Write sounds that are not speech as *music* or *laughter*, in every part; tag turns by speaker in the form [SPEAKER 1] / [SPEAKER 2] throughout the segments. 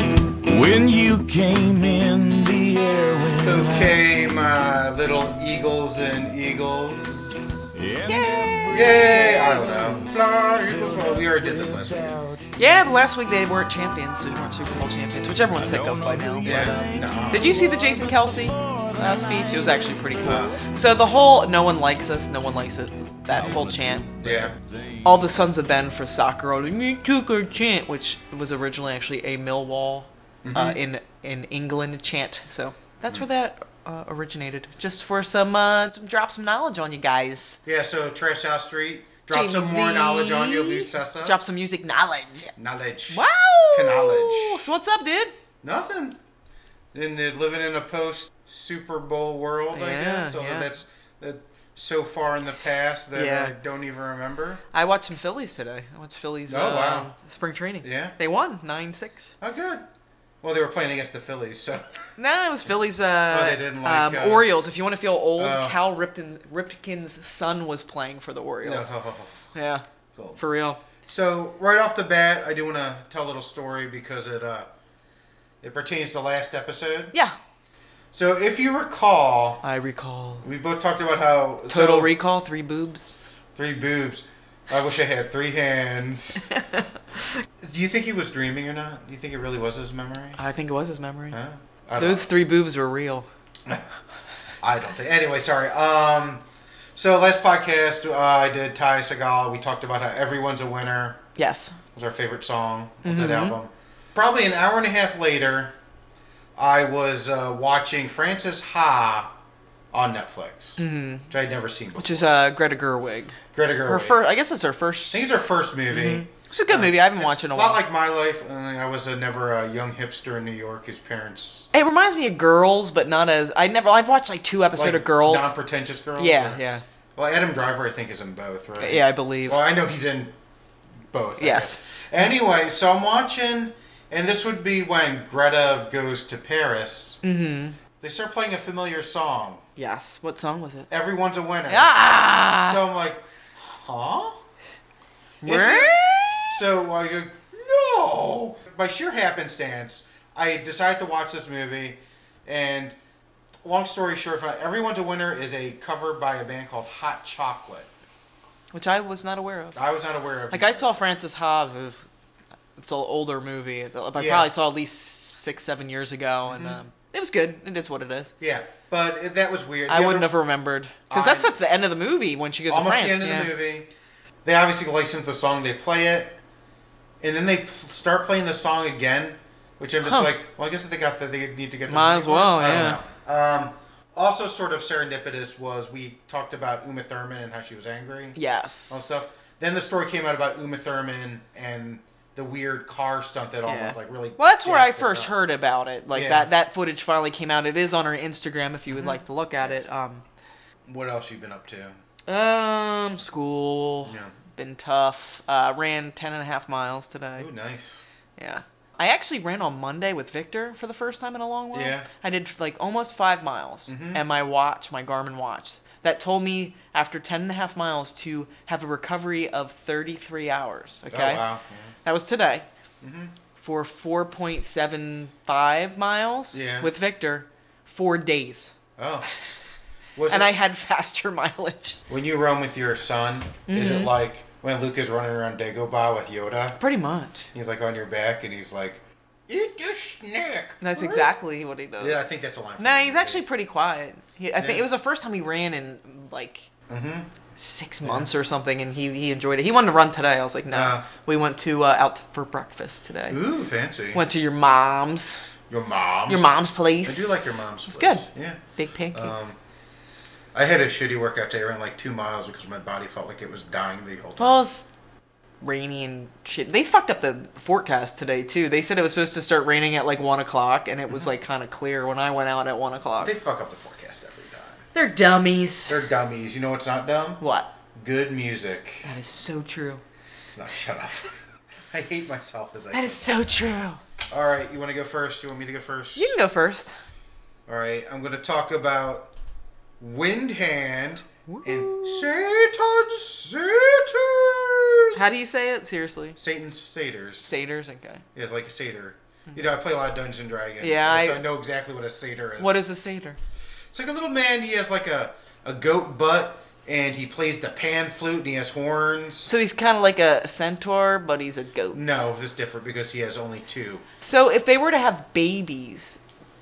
[SPEAKER 1] uh, and Eagles.
[SPEAKER 2] Yeah.
[SPEAKER 1] Yay! I don't know. Fly, Eagles, fly. We already did this last week.
[SPEAKER 3] Yeah, but last week they weren't champions, so they weren't Super Bowl champions, which everyone's sick of by now. uh,
[SPEAKER 1] Yeah. No.
[SPEAKER 3] Did you see the Jason Kelsey uh, speech? It was actually pretty cool. So the whole "no one likes us, no one likes it" that whole chant.
[SPEAKER 1] Yeah.
[SPEAKER 3] All the sons of Ben for soccer are like, "You took our chant," which was originally actually a Millwall uh, in in England chant. So that's where that uh, originated. Just for some, uh, some drop some knowledge on you guys.
[SPEAKER 1] Yeah. So Trash House Street. Drop some
[SPEAKER 3] Jay-Z.
[SPEAKER 1] more knowledge on you, Lucessa.
[SPEAKER 3] Drop some music knowledge.
[SPEAKER 1] knowledge.
[SPEAKER 3] Wow.
[SPEAKER 1] Knowledge.
[SPEAKER 3] So what's up, dude?
[SPEAKER 1] Nothing. And they're living in a post Super Bowl world, I
[SPEAKER 3] Yeah,
[SPEAKER 1] guess. Although
[SPEAKER 3] yeah.
[SPEAKER 1] that's that so far in the past that I
[SPEAKER 3] Yeah.
[SPEAKER 1] don't even remember.
[SPEAKER 3] I watched some Phillies today. I watched Phillies.
[SPEAKER 1] Oh,
[SPEAKER 3] uh,
[SPEAKER 1] wow.
[SPEAKER 3] Spring training.
[SPEAKER 1] Yeah.
[SPEAKER 3] They won nine six.
[SPEAKER 1] Oh, good. Well, they were playing against the Phillies, so
[SPEAKER 3] No, it was Phillies. Uh,
[SPEAKER 1] Oh, they didn't like,
[SPEAKER 3] um,
[SPEAKER 1] uh,
[SPEAKER 3] Orioles. If you want to feel old,
[SPEAKER 1] Oh.
[SPEAKER 3] Cal Ripken, Ripken's son was playing for
[SPEAKER 1] *laughs*
[SPEAKER 3] the Orioles. Yeah,
[SPEAKER 1] Cool.
[SPEAKER 3] for real.
[SPEAKER 1] So right off the bat, I do want to tell a little story because it uh, it pertains to last episode.
[SPEAKER 3] Yeah,
[SPEAKER 1] So if you recall,
[SPEAKER 3] I recall.
[SPEAKER 1] we both talked about how
[SPEAKER 3] Total
[SPEAKER 1] so-
[SPEAKER 3] Recall, three boobs.
[SPEAKER 1] three boobs. I wish I had three
[SPEAKER 3] *laughs*
[SPEAKER 1] hands. do you think he was dreaming or not? Do you think it really was his memory?
[SPEAKER 3] I think it was his memory.
[SPEAKER 1] Huh? I don't,
[SPEAKER 3] Those three boobs were real.
[SPEAKER 1] I don't think. Anyway, sorry. Um, so last podcast uh, I did Ty Segall. We talked about how everyone's a winner.
[SPEAKER 3] Yes.
[SPEAKER 1] was our favorite song of that
[SPEAKER 3] Mm-hmm.
[SPEAKER 1] album. Probably an hour and a half later, I was uh, watching Francis Ha on Netflix, which I'd never seen before.
[SPEAKER 3] Mm-hmm. Which is uh, Greta Gerwig.
[SPEAKER 1] Greta Gerwig.
[SPEAKER 3] Her first. I guess it's her first.
[SPEAKER 1] I think it's her first movie.
[SPEAKER 3] It's a good movie. I haven't watched it in
[SPEAKER 1] A
[SPEAKER 3] a
[SPEAKER 1] lot
[SPEAKER 3] while.
[SPEAKER 1] like my life. uh, I was a, never a young hipster in New York whose parents
[SPEAKER 3] it reminds me of Girls, but not as. I never. I've watched like two episodes
[SPEAKER 1] like
[SPEAKER 3] of Girls.
[SPEAKER 1] non-pretentious girls.
[SPEAKER 3] yeah,
[SPEAKER 1] or-
[SPEAKER 3] yeah,
[SPEAKER 1] Well, Adam Driver, I think, is in both, right?
[SPEAKER 3] yeah. I believe.
[SPEAKER 1] Well, I know he's in both. I
[SPEAKER 3] Yes.
[SPEAKER 1] guess. Anyway, so I'm watching, and this would be when Greta goes to Paris. Mm-hmm. They start playing a familiar song.
[SPEAKER 3] yes. What song was it?
[SPEAKER 1] Everyone's a winner.
[SPEAKER 3] Ah.
[SPEAKER 1] So I'm like, huh? Is it-
[SPEAKER 3] Right?
[SPEAKER 1] So I go, no. By sheer happenstance, I decide to watch this movie, and long story short, Everyone's a Winner is a cover by a band called Hot Chocolate.
[SPEAKER 3] Which I was not aware of.
[SPEAKER 1] I was not aware of.
[SPEAKER 3] Like I saw Francis Ha of it's an older movie. that I
[SPEAKER 1] Yeah. Mm-hmm.
[SPEAKER 3] probably saw at least six, seven years ago, and um, it was good. It is what it is.
[SPEAKER 1] Yeah, but it- that was weird.
[SPEAKER 3] I
[SPEAKER 1] The
[SPEAKER 3] wouldn't
[SPEAKER 1] other-
[SPEAKER 3] have remembered because
[SPEAKER 1] I-
[SPEAKER 3] that's at the end of the movie when she goes
[SPEAKER 1] almost
[SPEAKER 3] to France.
[SPEAKER 1] the end
[SPEAKER 3] yeah.
[SPEAKER 1] of the movie. They obviously license the song, they play it, and then they pl- start playing the song again, which I'm just
[SPEAKER 3] Huh.
[SPEAKER 1] like, well, I guess they got the, they need to get the
[SPEAKER 3] Might as well,
[SPEAKER 1] I
[SPEAKER 3] yeah.
[SPEAKER 1] don't know. Um, also, sort of serendipitous was we talked about Uma Thurman and how she was angry,
[SPEAKER 3] Yes.
[SPEAKER 1] all stuff. Then the story came out about Uma Thurman and the weird car stunt that almost
[SPEAKER 3] Yeah.
[SPEAKER 1] like really.
[SPEAKER 3] well, that's where I
[SPEAKER 1] jacked it
[SPEAKER 3] first
[SPEAKER 1] up.
[SPEAKER 3] heard about it. Like
[SPEAKER 1] Yeah. Mm-hmm.
[SPEAKER 3] that, that footage finally came out. It is on her Instagram if you would like to look at it. Um,
[SPEAKER 1] What else you been up to?
[SPEAKER 3] um, school,
[SPEAKER 1] Yeah.
[SPEAKER 3] been tough. Uh, ran ten and a half miles today.
[SPEAKER 1] Ooh, nice.
[SPEAKER 3] Yeah. I actually ran on Monday with Victor for the first time in a long while.
[SPEAKER 1] Yeah. Mm-hmm.
[SPEAKER 3] I did like almost five miles, and my watch, my Garmin watch, that told me after 10 and a half miles to have a recovery of 33 hours. Okay.
[SPEAKER 1] Oh wow. Mm-hmm.
[SPEAKER 3] That was today. For 4.75 miles
[SPEAKER 1] Yeah.
[SPEAKER 3] with Victor, four days.
[SPEAKER 1] Yeah. Oh.
[SPEAKER 3] *laughs*
[SPEAKER 1] Was
[SPEAKER 3] And
[SPEAKER 1] it-
[SPEAKER 3] I had *laughs* faster mileage.
[SPEAKER 1] When you run with your son, is
[SPEAKER 3] Mm-hmm.
[SPEAKER 1] it like when Luke is running around Dagobah with Yoda?
[SPEAKER 3] Pretty much.
[SPEAKER 1] He's like on your back and he's like, eat your snack.
[SPEAKER 3] That's exactly what he does.
[SPEAKER 1] Yeah, I think that's a line. from
[SPEAKER 3] No,
[SPEAKER 1] the
[SPEAKER 3] he's
[SPEAKER 1] movie.
[SPEAKER 3] actually pretty quiet. He,
[SPEAKER 1] Yeah.
[SPEAKER 3] I think
[SPEAKER 1] Mm-hmm.
[SPEAKER 3] it was the first time he ran in like six months or something, and he, he enjoyed it. He wanted to run today. I was like, no.
[SPEAKER 1] Uh.
[SPEAKER 3] we went to uh, out for breakfast today.
[SPEAKER 1] Ooh, fancy.
[SPEAKER 3] Went to your mom's,
[SPEAKER 1] Your mom's.
[SPEAKER 3] your mom's place.
[SPEAKER 1] I do like your mom's.
[SPEAKER 3] It's
[SPEAKER 1] place.
[SPEAKER 3] good.
[SPEAKER 1] Yeah.
[SPEAKER 3] Big pancakes.
[SPEAKER 1] Um, I had a shitty workout today. I ran like two miles because my body felt like it was dying the whole time.
[SPEAKER 3] well, it's rainy and shit. They fucked up the forecast today too. They said it was supposed to start raining at like one o'clock, and it was like kind of clear when I went out at one o'clock.
[SPEAKER 1] Mm-hmm. they fuck up the forecast every time.
[SPEAKER 3] They're dummies.
[SPEAKER 1] They're dummies. You know what's not dumb?
[SPEAKER 3] what?
[SPEAKER 1] Good music.
[SPEAKER 3] That is so true.
[SPEAKER 1] It's not. Shut up. *laughs* I hate myself as I.
[SPEAKER 3] That is
[SPEAKER 1] say-
[SPEAKER 3] so true.
[SPEAKER 1] All right, you want to go first? You want me to go first?
[SPEAKER 3] You can go first.
[SPEAKER 1] All right, I'm going to talk about Wind Hand and Satan's Satyrs.
[SPEAKER 3] How do you say it? Seriously.
[SPEAKER 1] Satan's Satyrs.
[SPEAKER 3] Satyrs, okay.
[SPEAKER 1] yeah, it's like a satyr. You know, I play a lot of Dungeons and Dragons.
[SPEAKER 3] Hmm. Yeah,
[SPEAKER 1] so
[SPEAKER 3] I-
[SPEAKER 1] I, know exactly what a satyr is.
[SPEAKER 3] What is a satyr?
[SPEAKER 1] It's like a little man. He has like a a goat butt, and he plays the pan flute, and he has horns.
[SPEAKER 3] So he's kind of like a centaur, but he's a goat.
[SPEAKER 1] No, this is different because he has only two.
[SPEAKER 3] So if they were to have babies,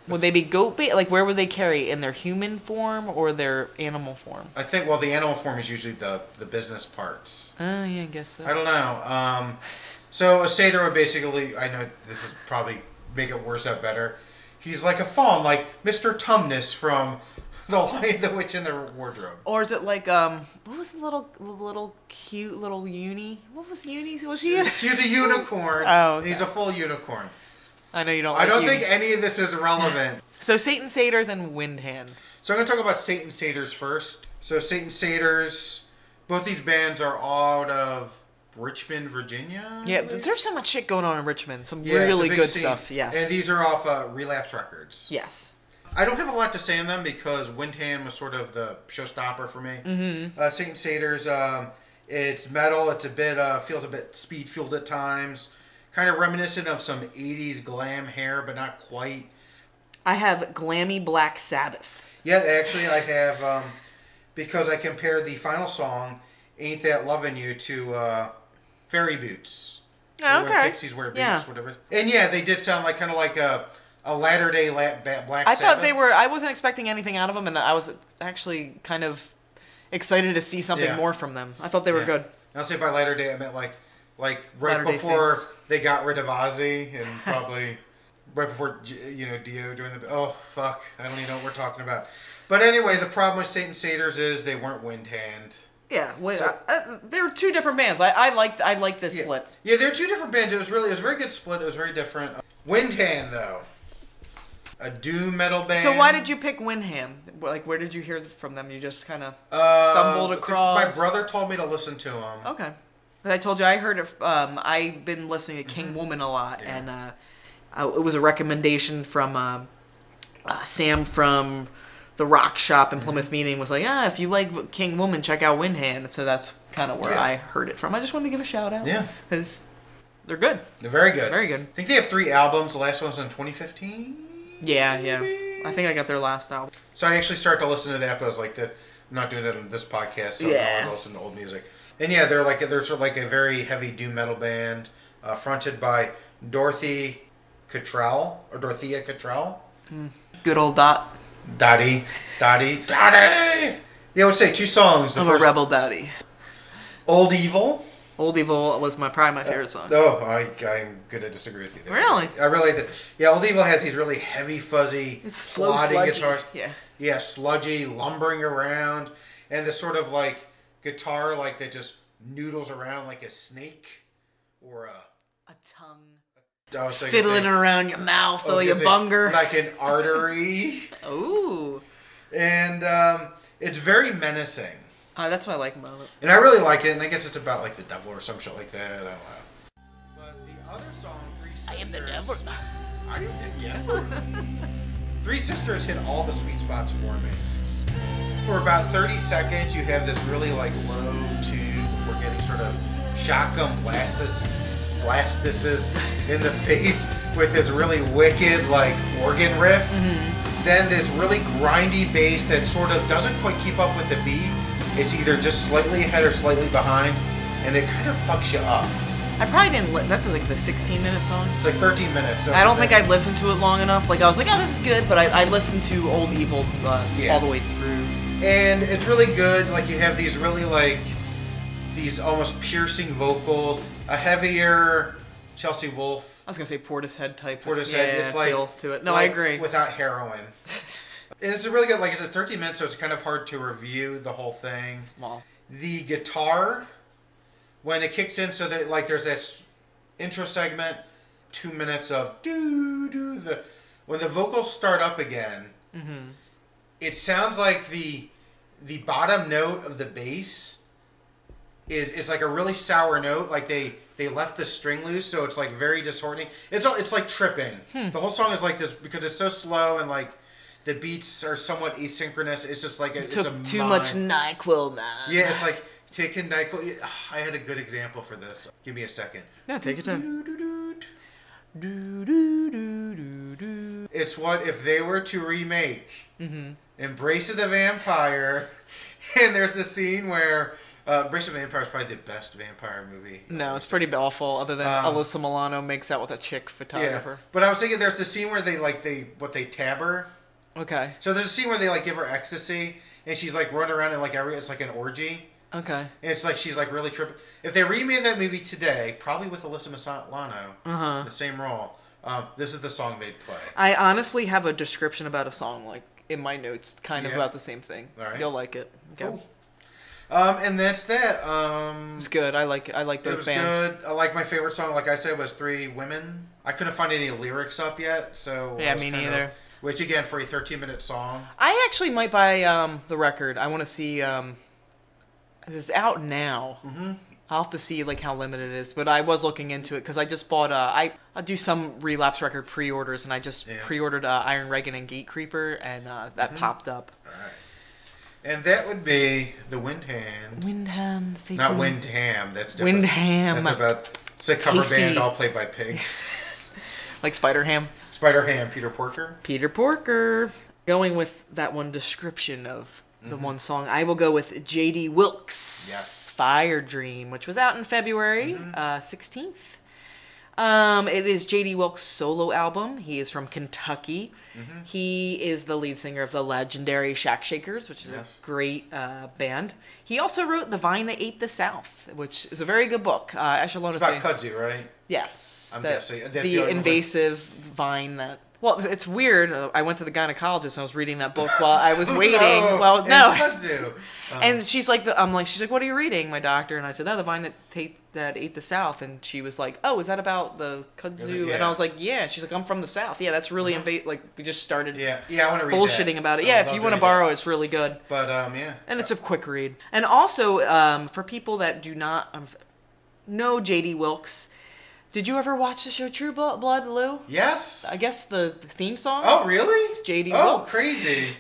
[SPEAKER 3] would they be goat ba- Like where would they carry in their human form or their animal form?
[SPEAKER 1] I think. Well, the animal form is usually the the business parts.
[SPEAKER 3] Oh yeah, I guess so.
[SPEAKER 1] I don't know. Um, so a satyr would basically, I know this is probably make it worse out better. He's like a fawn, like Mr. Tumnus from *laughs* The Lion, the Witch, and the Wardrobe.
[SPEAKER 3] Or is it like um, what was the little the little cute little uni? What was uni? Was he?
[SPEAKER 1] *laughs* He's a unicorn.
[SPEAKER 3] Oh, okay.
[SPEAKER 1] He's a full unicorn.
[SPEAKER 3] I know you don't.
[SPEAKER 1] I
[SPEAKER 3] Like
[SPEAKER 1] don't
[SPEAKER 3] uni.
[SPEAKER 1] think any of this is relevant. *laughs*
[SPEAKER 3] so. Satan satyrs and windhand.
[SPEAKER 1] So I'm going to talk about Satan Satyrs first. So Satan Satyrs, both these bands are out of Richmond, Virginia. I
[SPEAKER 3] Yeah,
[SPEAKER 1] believe?
[SPEAKER 3] there's so much shit going on in Richmond. Some
[SPEAKER 1] Yeah, it's a
[SPEAKER 3] really
[SPEAKER 1] big
[SPEAKER 3] good
[SPEAKER 1] scene.
[SPEAKER 3] stuff. Yes.
[SPEAKER 1] And these are off uh, Relapse Records.
[SPEAKER 3] yes.
[SPEAKER 1] I don't have a lot to say on them because Windham was sort of the showstopper for me. Mm-hmm. Uh, Saint Satyr's, um, it's metal. It's a bit uh, feels a bit speed fueled at times, kind of reminiscent of some '80s glam hair, but not quite.
[SPEAKER 3] I have glammy Black Sabbath.
[SPEAKER 1] Yet actually, I have um, because I compared the final song "Ain't That Lovin' You" to uh, "Fairy Boots."
[SPEAKER 3] Oh,
[SPEAKER 1] Where
[SPEAKER 3] okay.
[SPEAKER 1] Pixies wear boots,
[SPEAKER 3] Yeah.
[SPEAKER 1] whatever. And yeah, they did sound like kind of like a a latter day la- ba- black.
[SPEAKER 3] I thought
[SPEAKER 1] Sabbath.
[SPEAKER 3] they were. I wasn't expecting anything out of them, and I was actually kind of excited to see something
[SPEAKER 1] Yeah.
[SPEAKER 3] more from them. I thought they were
[SPEAKER 1] Yeah.
[SPEAKER 3] good.
[SPEAKER 1] And I'll say by latter day, I meant like like right
[SPEAKER 3] Latter-day
[SPEAKER 1] before
[SPEAKER 3] Saints.
[SPEAKER 1] they got rid of Ozzy and
[SPEAKER 3] *laughs*
[SPEAKER 1] probably right before J- you know Dio doing the oh fuck I don't even know what we're talking about. But anyway, the problem with Satan Satyrs is they weren't Windhand.
[SPEAKER 3] Yeah, well, uh, uh, they were two different bands. I I liked I liked this
[SPEAKER 1] Yeah.
[SPEAKER 3] split.
[SPEAKER 1] yeah, they're two different bands. It was really it was a very good split. It was very different. Windhand though, a doom metal band.
[SPEAKER 3] So why did you pick Windham? Like, where did you hear from them? You just kind of
[SPEAKER 1] Uh,
[SPEAKER 3] stumbled
[SPEAKER 1] I think
[SPEAKER 3] across.
[SPEAKER 1] My brother told me to listen to them.
[SPEAKER 3] Okay. 'Cause I told you I heard it. Um, I've been listening to King
[SPEAKER 1] Mm-hmm.
[SPEAKER 3] Woman a lot, and uh, uh, it was a recommendation from uh, uh, Sam from the Rock Shop in
[SPEAKER 1] Mm-hmm.
[SPEAKER 3] Plymouth Meeting. Was like, ah, if you like King Woman, check out Windhand. So that's kind of where
[SPEAKER 1] Yeah.
[SPEAKER 3] I heard it from. I just wanted to give a shout out.
[SPEAKER 1] Yeah.
[SPEAKER 3] because they're good.
[SPEAKER 1] They're very good.
[SPEAKER 3] Very good.
[SPEAKER 1] I think they have three albums. The last one's in 2015.
[SPEAKER 3] Yeah, yeah. I think I got their last album.
[SPEAKER 1] So I actually started to listen to that, but I was like, that I'm not doing that on this podcast. So I
[SPEAKER 3] Yeah.
[SPEAKER 1] don't want to listen to old music. And yeah, they're like they're sort of like a very heavy doom metal band, uh, fronted by Dorothy Cottrell or Dorothea Cottrell.
[SPEAKER 3] Good old Dot.
[SPEAKER 1] Dottie, Dottie, Dottie. Yeah, I would say two songs. The
[SPEAKER 3] I'm
[SPEAKER 1] first,
[SPEAKER 3] a rebel daddy.
[SPEAKER 1] Old Evil.
[SPEAKER 3] Old Evil was my probably my favorite song.
[SPEAKER 1] Oh, I, I'm gonna disagree with you there.
[SPEAKER 3] Really?
[SPEAKER 1] I really did. Yeah, Old Evil has these really heavy, fuzzy,
[SPEAKER 3] It's slow,
[SPEAKER 1] plodding
[SPEAKER 3] sludgy.
[SPEAKER 1] guitars.
[SPEAKER 3] Yeah.
[SPEAKER 1] yeah, sludgy, lumbering around, and this sort of like guitar, like that just noodles around like a snake or a.
[SPEAKER 3] A tongue
[SPEAKER 1] I was thinking-
[SPEAKER 3] fiddling around your mouth,
[SPEAKER 1] I was
[SPEAKER 3] oh your
[SPEAKER 1] gonna say,
[SPEAKER 3] bunger.
[SPEAKER 1] like an
[SPEAKER 3] *laughs*
[SPEAKER 1] artery,
[SPEAKER 3] Ooh.
[SPEAKER 1] and um, it's very menacing,
[SPEAKER 3] Uh, that's what I like about it.
[SPEAKER 1] and I really like it. And I guess it's about like the devil or some shit like that. I don't know. But the other song, Three Sisters. *laughs* Are you Three Sisters hit all the sweet spots for me. For about 30 seconds, you have this really like low tune before getting sort of shotgun blasts, blastuses in the *laughs* face with this really wicked like organ riff. Then this really grindy bass that sort of doesn't quite keep up with the beat. It's either just slightly ahead or slightly behind, and it kind of fucks you up.
[SPEAKER 3] I probably didn't. Li- that's like the 16 minute song.
[SPEAKER 1] It's like 13 minutes. so
[SPEAKER 3] I don't
[SPEAKER 1] it's a
[SPEAKER 3] think
[SPEAKER 1] bit-
[SPEAKER 3] I listened to it long enough. Like I was like, oh, this is good, but I, I listened to Old Evil uh,
[SPEAKER 1] Yeah.
[SPEAKER 3] all the way through.
[SPEAKER 1] and it's really good. Like you have these really like these almost piercing vocals, a heavier Chelsea Wolf
[SPEAKER 3] I was gonna say Portishead type.
[SPEAKER 1] Portishead.
[SPEAKER 3] yeah,
[SPEAKER 1] it's like
[SPEAKER 3] feel to it. No,
[SPEAKER 1] like
[SPEAKER 3] I agree.
[SPEAKER 1] Without heroin,
[SPEAKER 3] *laughs*
[SPEAKER 1] and it's a really good. Like I said, 13 minutes, so it's kind of hard to review the whole thing.
[SPEAKER 3] Well,
[SPEAKER 1] The guitar when it kicks in, so that like there's that s- intro segment, two minutes of do do the when the vocals start up again.
[SPEAKER 3] Mm-hmm.
[SPEAKER 1] It sounds like the the bottom note of the bass is it's like a really sour note. Like they they left the string loose, so it's like very disheartening. It's all it's like tripping.
[SPEAKER 3] Hmm.
[SPEAKER 1] The whole song is like this because it's so slow and like the beats are somewhat asynchronous. It's just like a, it's a
[SPEAKER 3] took too much
[SPEAKER 1] mime.
[SPEAKER 3] Nyquil, man.
[SPEAKER 1] Yeah, it's like taking Nyquil. yeah, I had a good example for this. Give me a second.
[SPEAKER 3] No, take your time. Doo, doo, doo, doo, doo.
[SPEAKER 1] It's what if they were to remake Embrace of the Vampire, *laughs* and there's the scene where uh, Embrace of the Vampire is probably the best vampire movie.
[SPEAKER 3] No, it's pretty awful. Other than
[SPEAKER 1] Uh.
[SPEAKER 3] Alyssa Milano makes out with a chick
[SPEAKER 1] Yeah,
[SPEAKER 3] photographer.
[SPEAKER 1] but I was thinking there's the scene where they like they what they tab her.
[SPEAKER 3] Okay.
[SPEAKER 1] So there's a scene where they like give her ecstasy, and she's like running around and like every it's like an orgy.
[SPEAKER 3] Okay.
[SPEAKER 1] And it's like she's like really tripping. If they remade that movie today, probably with Alyssa Milano, the same role, um, this is the song they'd play.
[SPEAKER 3] I honestly have a description about a song like in my notes, kind of
[SPEAKER 1] Yeah.
[SPEAKER 3] about the same thing.
[SPEAKER 1] All right.
[SPEAKER 3] You'll like it. Okay.
[SPEAKER 1] Cool. Um, and that's that. Um,
[SPEAKER 3] It's good. I like I like
[SPEAKER 1] it
[SPEAKER 3] both
[SPEAKER 1] was
[SPEAKER 3] bands.
[SPEAKER 1] good. I like my favorite song, like I said, was Three Women. I couldn't find any lyrics up yet, so I
[SPEAKER 3] Yeah,
[SPEAKER 1] was
[SPEAKER 3] me
[SPEAKER 1] kinda-
[SPEAKER 3] neither.
[SPEAKER 1] Which again, for a 13 minute song,
[SPEAKER 3] I actually might buy um, the record. I want to see. Um, this is out now. Mm-hmm. I'll have to see like how limited it is. But I was looking into it because I just bought. Uh, I I do some relapse record pre-orders, and I just
[SPEAKER 1] Yeah. Mm-hmm.
[SPEAKER 3] pre-ordered uh, Iron Reagan and Gate Creeper, and uh, that popped up.
[SPEAKER 1] and that would be the Windham.
[SPEAKER 3] Windham, say
[SPEAKER 1] Not
[SPEAKER 3] to-
[SPEAKER 1] Windham. That's different.
[SPEAKER 3] Windham.
[SPEAKER 1] That's about. It's a cover
[SPEAKER 3] Tasty.
[SPEAKER 1] band all played by
[SPEAKER 3] *laughs*
[SPEAKER 1] pigs.
[SPEAKER 3] *laughs* like Spider Ham.
[SPEAKER 1] Spider Ham, Peter Porker.
[SPEAKER 3] Peter Porker. Going with that one description of the one song, I will go with J.D. Wilkes.
[SPEAKER 1] Mm-hmm. Yes. Mm-hmm.
[SPEAKER 3] Fire Dream, which was out in February uh, 16th. Um, it is J.D. Wilkes' solo album. He is from Kentucky.
[SPEAKER 1] Mm-hmm.
[SPEAKER 3] He is the lead singer of the legendary Shack Shakers, which is
[SPEAKER 1] Yes.
[SPEAKER 3] a great uh, band. He also wrote The Vine That Ate the South, which is a very good book. Uh, Echelon
[SPEAKER 1] It's
[SPEAKER 3] of
[SPEAKER 1] about
[SPEAKER 3] Fame.
[SPEAKER 1] kudzu, right?
[SPEAKER 3] Yes.
[SPEAKER 1] I'm
[SPEAKER 3] the,
[SPEAKER 1] guessing- that's the
[SPEAKER 3] the
[SPEAKER 1] only one.
[SPEAKER 3] invasive vine that. Well, it's weird. uh, I went to the gynecologist and I was reading that book while
[SPEAKER 1] *laughs*
[SPEAKER 3] I was waiting. well,
[SPEAKER 1] Oh, and
[SPEAKER 3] no.
[SPEAKER 1] kudzu.
[SPEAKER 3] And she's like, the, I'm like, she's like, what are you reading, my doctor? And I said, oh, the vine that ta- that ate the South. And she was like, oh, is that about the kudzu? And
[SPEAKER 1] Yeah. Mm-hmm.
[SPEAKER 3] I was like, yeah. She's like, I'm from the South. Yeah, that's really invade. Like, we just started
[SPEAKER 1] Yeah, yeah, I want to read
[SPEAKER 3] bullshitting
[SPEAKER 1] that.
[SPEAKER 3] about it.
[SPEAKER 1] I
[SPEAKER 3] Yeah,
[SPEAKER 1] would
[SPEAKER 3] if you
[SPEAKER 1] love
[SPEAKER 3] want
[SPEAKER 1] read
[SPEAKER 3] to borrow, it, it's really good.
[SPEAKER 1] that. But um, yeah,
[SPEAKER 3] And it's a quick read. And also, um, for people that do not um, know J.D. Wilkes, did you ever watch the show True Blo- Blood, Lou?
[SPEAKER 1] yes.
[SPEAKER 3] I guess the theme song.
[SPEAKER 1] oh, really?
[SPEAKER 3] J.D.
[SPEAKER 1] Oh,
[SPEAKER 3] Wilkes.
[SPEAKER 1] crazy.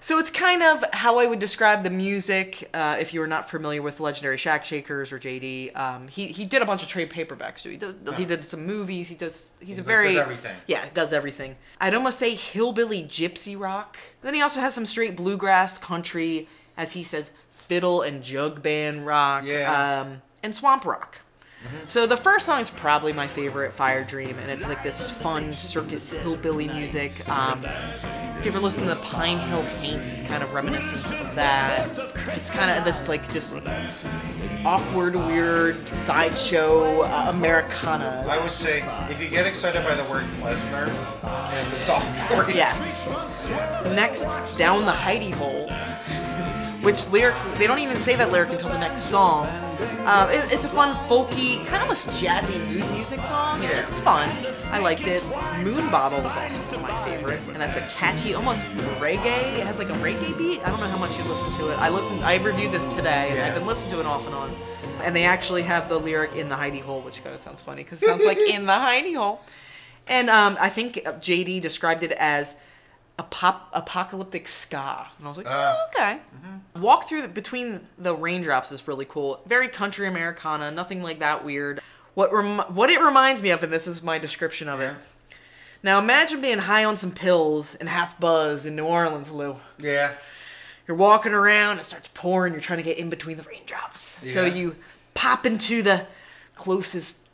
[SPEAKER 3] So it's kind of how I would describe the music. Uh, if you are not familiar with legendary Shack Shakers or JD, um, he he did a bunch of trade paperbacks. So he does he did some movies. He does he's, a
[SPEAKER 1] like,
[SPEAKER 3] very
[SPEAKER 1] does everything.
[SPEAKER 3] Yeah, does everything. I'd almost say hillbilly gypsy rock. Then he also has some straight bluegrass country, as he says, fiddle and jug band rock.
[SPEAKER 1] Yeah.
[SPEAKER 3] Um, and swamp rock. So the first song is probably my favorite, Fire Dream, and it's like this fun circus hillbilly music. Um, if you ever listen to the Pine Hill Faints, it's kind of reminiscent of that. It's kind of this like just awkward, weird sideshow uh, Americana.
[SPEAKER 1] I would say if you get excited by the word klezmer, and the song *laughs* for you.
[SPEAKER 3] Yes. Next, Down the Heidi Hole, which lyrics, they don't even say that lyric until the next song. Um, it- it's a fun, folky, kind of almost jazzy mood music song. and It's fun. I liked it. Moon Bottle was also one of my favorite, and that's a catchy, almost reggae. It has like a reggae beat. I don't know how much you listen to it. I listened, I reviewed this today, and I've been listening to it off and on. And they actually have the lyric in the Heidi Hole, which kind of sounds funny because it sounds like in the Heidi Hole. And um, I think JD described it as a pop apocalyptic ska, and I was like, oh, okay. Walk through the, between the raindrops is really cool. Very country Americana, nothing like that weird. What rem- what it reminds me of, and this is my description of it. Now imagine being high on some pills and half buzzed in New Orleans, Lou.
[SPEAKER 1] Yeah.
[SPEAKER 3] You're walking around, it starts pouring, you're trying to get in between the raindrops. So
[SPEAKER 1] Yeah.
[SPEAKER 3] you pop into the closest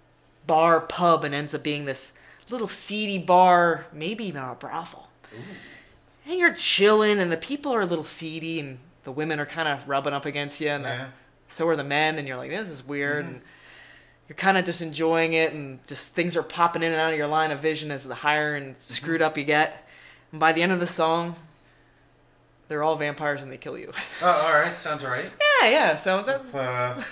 [SPEAKER 3] bar pub and ends up being this little seedy bar, maybe even a brothel. And you're chilling, and the people are a little seedy, and the women are kind of rubbing up against you, and
[SPEAKER 1] Yeah. Mm-hmm.
[SPEAKER 3] so are the men, and you're like, this is weird. And you're kind of just enjoying it, and just things are popping in and out of your line of vision as the higher and
[SPEAKER 1] Mm-hmm.
[SPEAKER 3] screwed up you get. And by the end of the song, they're all vampires and they kill you. *laughs*
[SPEAKER 1] Oh, all right. Sounds all right.
[SPEAKER 3] yeah, yeah. So that's
[SPEAKER 1] Uh,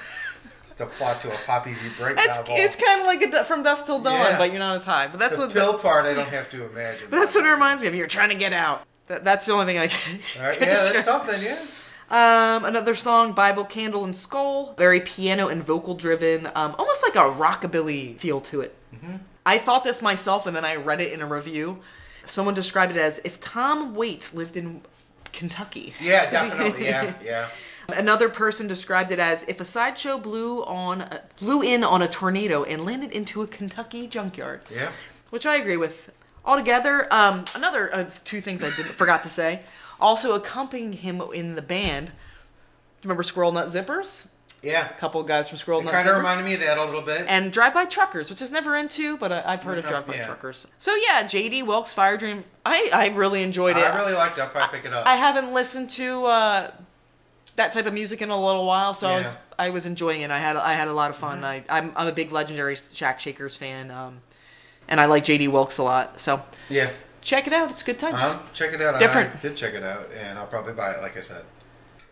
[SPEAKER 1] it's the plot to a Poppy's You Break
[SPEAKER 3] it's,
[SPEAKER 1] novel.
[SPEAKER 3] it's kind of like a, du- from dusk till dawn,
[SPEAKER 1] Yeah.
[SPEAKER 3] but you're not as high. But that's
[SPEAKER 1] the
[SPEAKER 3] what
[SPEAKER 1] pill part. I don't have to imagine.
[SPEAKER 3] *laughs* that's what it reminds me of. You're trying to get out. That, that's the only thing I can.
[SPEAKER 1] All right.
[SPEAKER 3] can
[SPEAKER 1] Yeah,
[SPEAKER 3] describe.
[SPEAKER 1] that's something. Yeah.
[SPEAKER 3] Um, another song, Bible, Candle, and Skull. Very piano and vocal driven, um, almost like a rockabilly feel to it.
[SPEAKER 1] Mm-hmm.
[SPEAKER 3] I thought this myself, and then I read it in a review. Someone described it as if Tom Waits lived in Kentucky. *laughs*
[SPEAKER 1] Yeah, definitely. Yeah, yeah.
[SPEAKER 3] Another person described it as if a sideshow blew on a, blew in on a tornado and landed into a Kentucky junkyard.
[SPEAKER 1] Yeah.
[SPEAKER 3] Which I agree with. Altogether, um, another uh, two things I didn't forgot to say. Also accompanying him in the band, do you remember Squirrel Nut Zippers?
[SPEAKER 1] Yeah.
[SPEAKER 3] A couple of guys from Squirrel
[SPEAKER 1] It
[SPEAKER 3] Nut
[SPEAKER 1] kind of
[SPEAKER 3] Zippers.
[SPEAKER 1] reminded me of that a little bit.
[SPEAKER 3] and Drive By Truckers, which I was never into, but I, I've heard of
[SPEAKER 1] No,
[SPEAKER 3] Drive By
[SPEAKER 1] yeah.
[SPEAKER 3] Truckers. So yeah, JD Welks Fire Dream. I, I really enjoyed it.
[SPEAKER 1] I really liked Up I Pick It Up.
[SPEAKER 3] I haven't listened to uh, that type of music in a little while, so I was I was enjoying it. I had I had a lot of fun. I
[SPEAKER 1] Mm-hmm.
[SPEAKER 3] I'm, I'm a big legendary Shack Shakers fan, um, and I like JD Wilkes a lot. So
[SPEAKER 1] yeah.
[SPEAKER 3] check it out; it's good times.
[SPEAKER 1] Um, check it out. I
[SPEAKER 3] Different.
[SPEAKER 1] did check it out, and I'll probably buy it, like I said.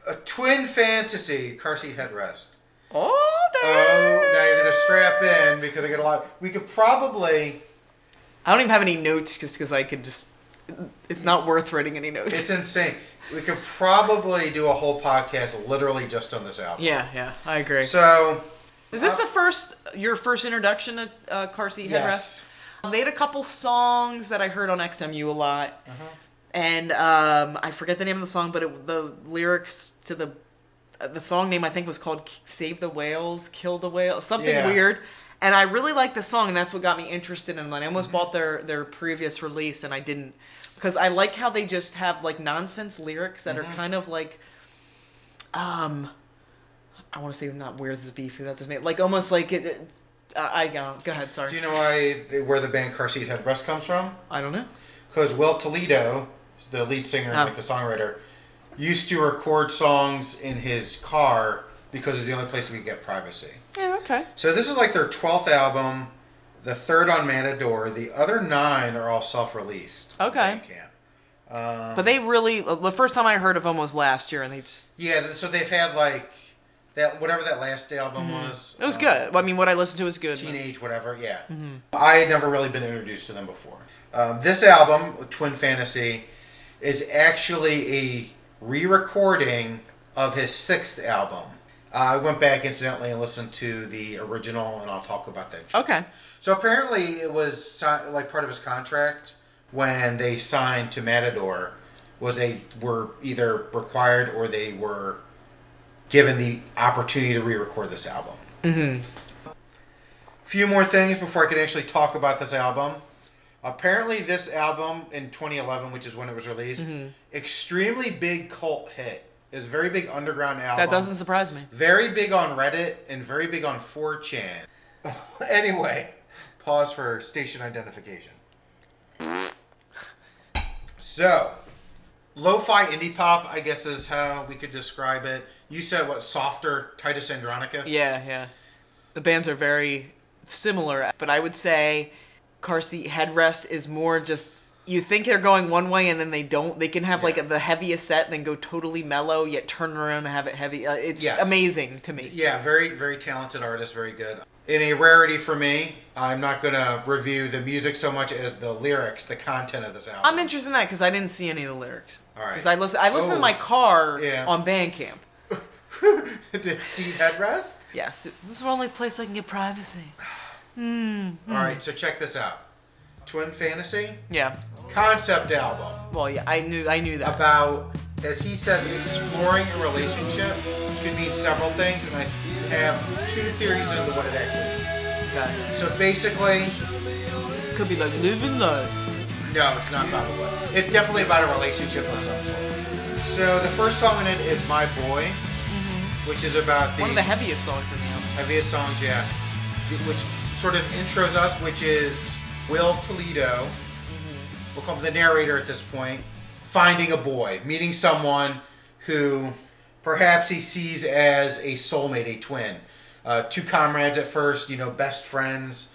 [SPEAKER 1] A twin fantasy car seat headrest.
[SPEAKER 3] Oh,
[SPEAKER 1] Oh,
[SPEAKER 3] damn.
[SPEAKER 1] now you're gonna strap in because I get a lot. We could probably.
[SPEAKER 3] I don't even have any notes just because I could just. It's not worth writing any notes.
[SPEAKER 1] It's insane. We could probably do a whole podcast literally just on this album.
[SPEAKER 3] *laughs* yeah, yeah, I agree.
[SPEAKER 1] So uh,
[SPEAKER 3] Is this the first your first introduction to uh, car seat
[SPEAKER 1] Yes.
[SPEAKER 3] headrest? They had a couple songs that I heard on XMU a lot,
[SPEAKER 1] Uh-huh.
[SPEAKER 3] and um, I forget the name of the song, but it, the lyrics to the uh, the song name I think was called "Save the Whales, Kill the Whale," something
[SPEAKER 1] Yeah.
[SPEAKER 3] weird. And I really liked the song, and that's what got me interested in them. I
[SPEAKER 1] Mm-hmm.
[SPEAKER 3] almost bought their their previous release, and I didn't because I like how they just have like nonsense lyrics that
[SPEAKER 1] Mm-hmm.
[SPEAKER 3] are kind of like um, I want to say not where the beef that just made like almost like it. it uh, I go go ahead. Sorry,
[SPEAKER 1] do you know why where the band Car Seat Headrest comes from?
[SPEAKER 3] I don't know.
[SPEAKER 1] Because Will Toledo, the lead singer, and
[SPEAKER 3] Oh.
[SPEAKER 1] like the songwriter, used to record songs in his car because it's the only place we could get privacy.
[SPEAKER 3] Yeah, okay.
[SPEAKER 1] So this is like their twelfth album, the third on Matador. The other nine are all self-released. on
[SPEAKER 3] Okay.
[SPEAKER 1] Bandcamp.
[SPEAKER 3] but they really the first time I heard of them was last year, and they just
[SPEAKER 1] Yeah. th- So they've had like that whatever that last album was.
[SPEAKER 3] Mm-hmm. it was
[SPEAKER 1] um,
[SPEAKER 3] good. uh, Mm-hmm. I mean, what I listened to was good.
[SPEAKER 1] Teenage, whatever. Yeah. I had never really been introduced to them before. Um, this album, Twin Fantasy, is actually a re-recording of his sixth album. Uh, I went back incidentally and listened to the original, and I'll talk about that.
[SPEAKER 3] Okay,
[SPEAKER 1] So apparently, it was si- like part of his contract when they signed to Matador was they were either required or they were given the opportunity to re-record this album. Mm-hmm. Few more things before I can actually talk about this album. Apparently, this album in 2011, which is when it was released,
[SPEAKER 3] Mm-hmm.
[SPEAKER 1] extremely big cult hit. It's a very big underground album.
[SPEAKER 3] that doesn't surprise me.
[SPEAKER 1] Very big on Reddit and very big on 4chan. *laughs* anyway, pause for station identification. So, lo-fi indie pop, I guess, is how we could describe it. You said what softer Titus Andronicus?
[SPEAKER 3] Yeah, yeah. The bands are very similar, but I would say car seat headrest is more just you think they're going one way and then they don't. They can have like
[SPEAKER 1] Yeah.
[SPEAKER 3] the heaviest set and then go totally mellow, yet turn around and have it heavy. Uh, it's
[SPEAKER 1] Yes.
[SPEAKER 3] amazing to me.
[SPEAKER 1] Yeah, very, very talented artist, very good. In a rarity for me, I'm not going to review the music so much as the lyrics, the content of this album.
[SPEAKER 3] I'm interested in that because I didn't see any of the lyrics.
[SPEAKER 1] All right.
[SPEAKER 3] Because I listen, I listen
[SPEAKER 1] Oh.
[SPEAKER 3] to my car
[SPEAKER 1] Yeah.
[SPEAKER 3] on Bandcamp.
[SPEAKER 1] *laughs* Did see headrest?
[SPEAKER 3] Yes, it was the only place I can get privacy.
[SPEAKER 1] All right, so check this out. Twin Fantasy
[SPEAKER 3] Yeah.
[SPEAKER 1] concept album
[SPEAKER 3] Well, yeah, I knew, I knew that.
[SPEAKER 1] about, as he says, exploring a relationship, which could mean several things, and I have two theories into what it actually means.
[SPEAKER 3] Okay.
[SPEAKER 1] So basically,
[SPEAKER 3] Could be like living life.
[SPEAKER 1] no, it's not about the love. It's definitely about a relationship of some sort. So the first song in it is My Boy, which is about
[SPEAKER 3] Mm-hmm. One of the heaviest songs in the album.
[SPEAKER 1] heaviest songs, yeah. Which sort of intros us, which is Will Toledo, become the narrator at this point, finding a boy, meeting someone who perhaps he sees as a soulmate, a twin. Uh, two comrades at first, you know, best friends.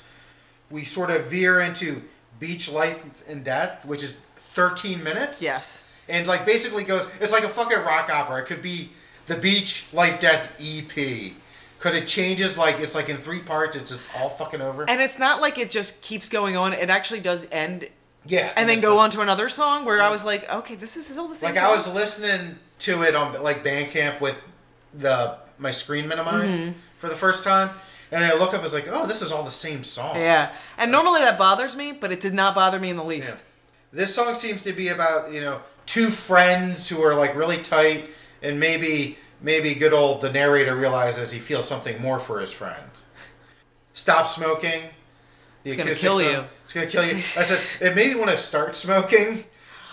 [SPEAKER 1] We sort of veer into beach life and death, which is 13 minutes.
[SPEAKER 3] Yes.
[SPEAKER 1] And like basically goes, it's like a fucking rock opera. It could be the beach life death EP. Cause it changes like it's like in three parts. It's just all fucking over.
[SPEAKER 3] And it's not like it just keeps going on. It actually does end
[SPEAKER 1] yeah.
[SPEAKER 3] and then
[SPEAKER 1] it's
[SPEAKER 3] go
[SPEAKER 1] like-
[SPEAKER 3] on to another song where I was like, okay, this is all the same.
[SPEAKER 1] Like I was
[SPEAKER 3] song.
[SPEAKER 1] listening to it on like Bandcamp with the my screen minimized
[SPEAKER 3] Mm-hmm.
[SPEAKER 1] for the first time, and I look up. It's like, oh, this is all the same song.
[SPEAKER 3] Yeah. And normally that bothers me, but it did not bother me in the
[SPEAKER 1] Yeah.
[SPEAKER 3] least.
[SPEAKER 1] This song seems to be about you know two friends who are like really tight, and maybe maybe good old the narrator realizes he feels something more for his friend. Stop smoking. It's
[SPEAKER 3] gonna kill you.
[SPEAKER 1] It's gonna kill you. I said it made me want to start smoking.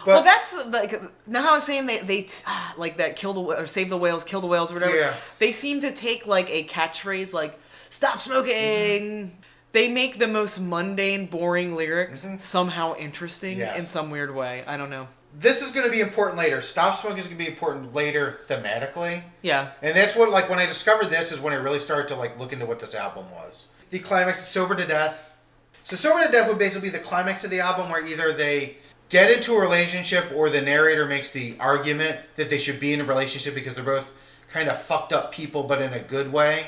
[SPEAKER 1] But
[SPEAKER 3] well, that's like now I was saying they they t- ah, like that kill the wh- or save the whales, kill the whales, or whatever.
[SPEAKER 1] Yeah.
[SPEAKER 3] They seem to take like a catchphrase like "Stop smoking."
[SPEAKER 1] Mm-hmm.
[SPEAKER 3] They make the most mundane, boring lyrics somehow interesting
[SPEAKER 1] Mm-hmm. Yes.
[SPEAKER 3] in some weird way. I don't know.
[SPEAKER 1] this is gonna be important later. Stop smoking is gonna be important later thematically.
[SPEAKER 3] Yeah,
[SPEAKER 1] And that's what like when I discovered this is when I really started to like look into what this album was. The climax is sober to death. So sober to death would basically be the climax of the album where either they get into a relationship or the narrator makes the argument that they should be in a relationship because they're both kind of fucked up people but in a good way.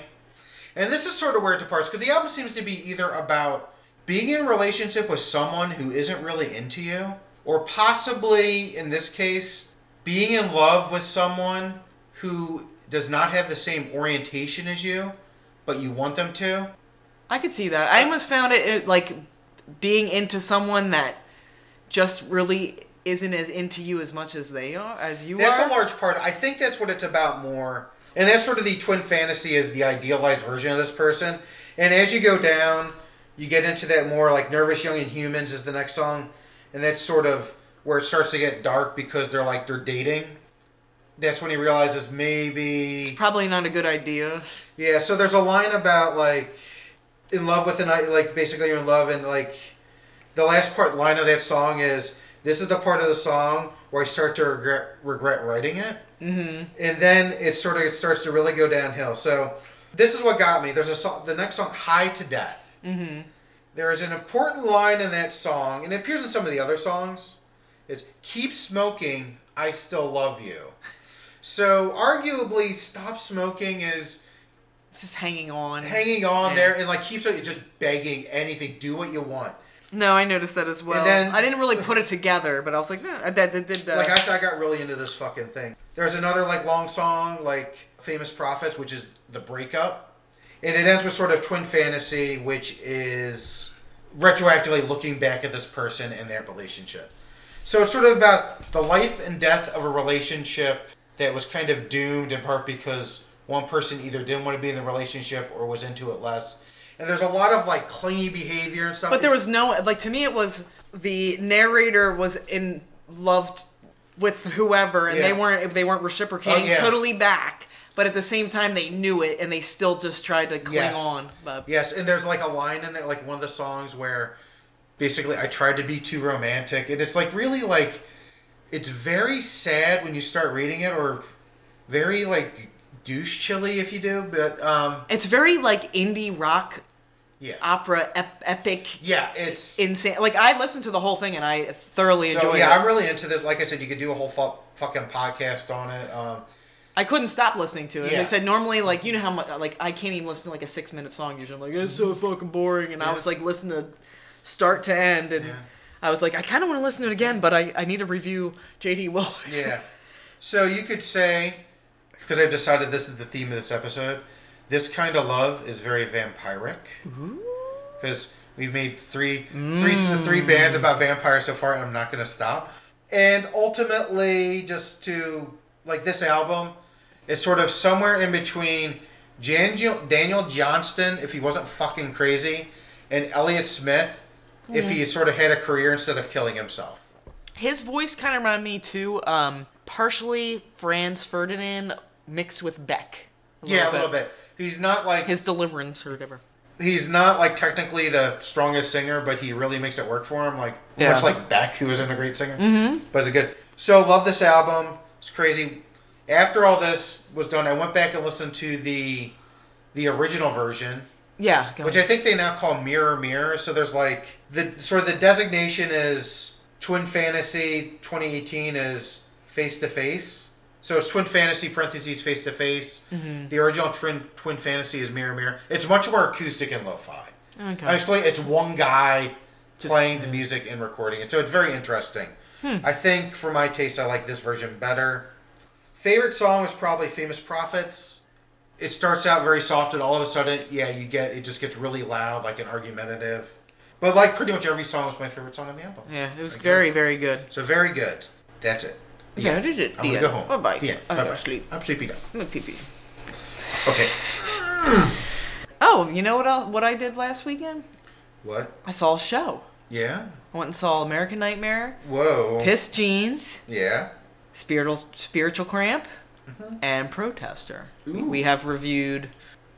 [SPEAKER 1] And this is sort of where it departs because the album seems to be either about being in a relationship with someone who isn't really into you, or possibly, in this case, being in love with someone who does not have the same orientation as you, but you want them to.
[SPEAKER 3] I could see that. I
[SPEAKER 1] Uh,
[SPEAKER 3] almost found it, it like being into someone that just really isn't as into you as much as they are as you
[SPEAKER 1] That's
[SPEAKER 3] are.
[SPEAKER 1] a large part. I think that's what it's about more. And that's sort of the twin fantasy is the idealized version of this person. And as you go down, you get into that more like Nervous Young and Humans is the next song. And that's sort of where it starts to get dark because they're like they're dating. That's when he realizes maybe
[SPEAKER 3] Probably not a good idea.
[SPEAKER 1] Yeah, so there's a line about like in love with an i- like basically you're in love and like the last part line of that song is this is the part of the song where I start to regret regret writing it. Mm-hmm. And then it sort of it starts to really go downhill. So this is what got me. There's a song, the next song, "High to Death." Mm-hmm. is an important line in that song, and it appears in some of the other songs. It's "Keep smoking, I still love you." So arguably, "Stop smoking" is
[SPEAKER 3] It's just hanging on.
[SPEAKER 1] hanging on
[SPEAKER 3] Yeah.
[SPEAKER 1] there and like keeps like, just begging anything. Do what you want.
[SPEAKER 3] No, I noticed that as well.
[SPEAKER 1] And then-
[SPEAKER 3] I didn't really put it together, but I was like, no, that, that did. Uh,
[SPEAKER 1] Like I said, I got really into this fucking thing. There's another like long song like Famous Prophets, which is the breakup, and it ends with sort of twin fantasy, which is retroactively looking back at this person and their relationship. So it's sort of about the life and death of a relationship that was kind of doomed in part because one person either didn't want to be in the relationship or was into it less. And there's a lot of like clingy behavior and stuff.
[SPEAKER 3] but there
[SPEAKER 1] It's-
[SPEAKER 3] was no like to me. It was the narrator was in loved with whoever, and they
[SPEAKER 1] Yeah.
[SPEAKER 3] weren't. They weren't reciprocating
[SPEAKER 1] Oh, yeah.
[SPEAKER 3] totally back. But at the same time, they knew it, and they still just tried to cling on. But
[SPEAKER 1] Yes, and there's like a line in there, like one of the songs where basically I tried to be too romantic, and it's like really like it's very sad when you start reading it, or very like douche chilly if you do. But um,
[SPEAKER 3] it's very like indie rock
[SPEAKER 1] yeah,
[SPEAKER 3] opera ep- epic
[SPEAKER 1] yeah, it's
[SPEAKER 3] insane. Like I listened to the whole thing, and I thoroughly
[SPEAKER 1] so
[SPEAKER 3] enjoyed
[SPEAKER 1] yeah.
[SPEAKER 3] it.
[SPEAKER 1] I'm really into this. Like I said, you could do a whole fu- fucking podcast on it. Um,
[SPEAKER 3] I couldn't stop listening to it.
[SPEAKER 1] Yeah.
[SPEAKER 3] They said normally, like you know how much, like I can't even listen to like a six minute song. Usually, I'm like it's so fucking boring, and I was like listening to start to end, and I was like, I kind of want to listen to it again, but I, I need to review JD Willis.
[SPEAKER 1] Yeah. So you could say, because I've decided this is the theme of this episode, this kind of love is very vampiric. Because we've made three, three, three bands about vampires so far, and I'm not going to stop. And ultimately, just to like this album, is sort of somewhere in between Daniel, Daniel Johnston, if he wasn't fucking crazy, and Elliott Smith, if he sort of had a career instead of killing himself.
[SPEAKER 3] *laughs* His voice kind of reminded me too, um, partially Franz Ferdinand mixed with Beck. A
[SPEAKER 1] yeah, a little bit. He's not like
[SPEAKER 3] His deliverance or whatever.
[SPEAKER 1] he's not like technically the strongest singer, but he really makes it work for him. Like
[SPEAKER 3] Yeah.
[SPEAKER 1] much like Beck, who isn't a great singer, but it's a good. So love this album. It's crazy. After all this was done, I went back and listened to the the original version,
[SPEAKER 3] Yeah, go
[SPEAKER 1] which I
[SPEAKER 3] ahead.
[SPEAKER 1] think they now call Mirror Mirror. So there's like the sort of the designation is Twin Fantasy 2018 is face to face. So it's Twin Fantasy parentheses face to face. The original Twin Twin Fantasy is Mirror Mirror. It's much more acoustic and lo-fi.
[SPEAKER 3] Okay.
[SPEAKER 1] Actually, it's one guy playing the music and recording it. So it's very interesting. I think for my taste, I like this version better. Favorite song is probably Famous Prophets. It starts out very soft, and all of a sudden, yeah, you get it just gets really loud, like an argumentative. But like pretty much every song was my favorite song on the album.
[SPEAKER 3] yeah, it was
[SPEAKER 1] I guess.
[SPEAKER 3] very, very good.
[SPEAKER 1] So very good. That's it. The
[SPEAKER 3] Yeah,
[SPEAKER 1] end.
[SPEAKER 3] that is it.
[SPEAKER 1] I'm gonna
[SPEAKER 3] The end.
[SPEAKER 1] go home.
[SPEAKER 3] Bye-bye.
[SPEAKER 1] Yeah,
[SPEAKER 3] I'm gonna
[SPEAKER 1] bye-bye.
[SPEAKER 3] sleep.
[SPEAKER 1] I'm sleeping now.
[SPEAKER 3] I'm gonna pee pee.
[SPEAKER 1] Okay.
[SPEAKER 3] Oh, you know what? Else, what I did last weekend?
[SPEAKER 1] What?
[SPEAKER 3] I saw a show.
[SPEAKER 1] Yeah.
[SPEAKER 3] I went and saw American Nightmare,
[SPEAKER 1] Whoa.
[SPEAKER 3] Piss Jeans,
[SPEAKER 1] Yeah.
[SPEAKER 3] Spiritual Spiritual Cramp, and Protester.
[SPEAKER 1] Mm-hmm. Ooh.
[SPEAKER 3] We have reviewed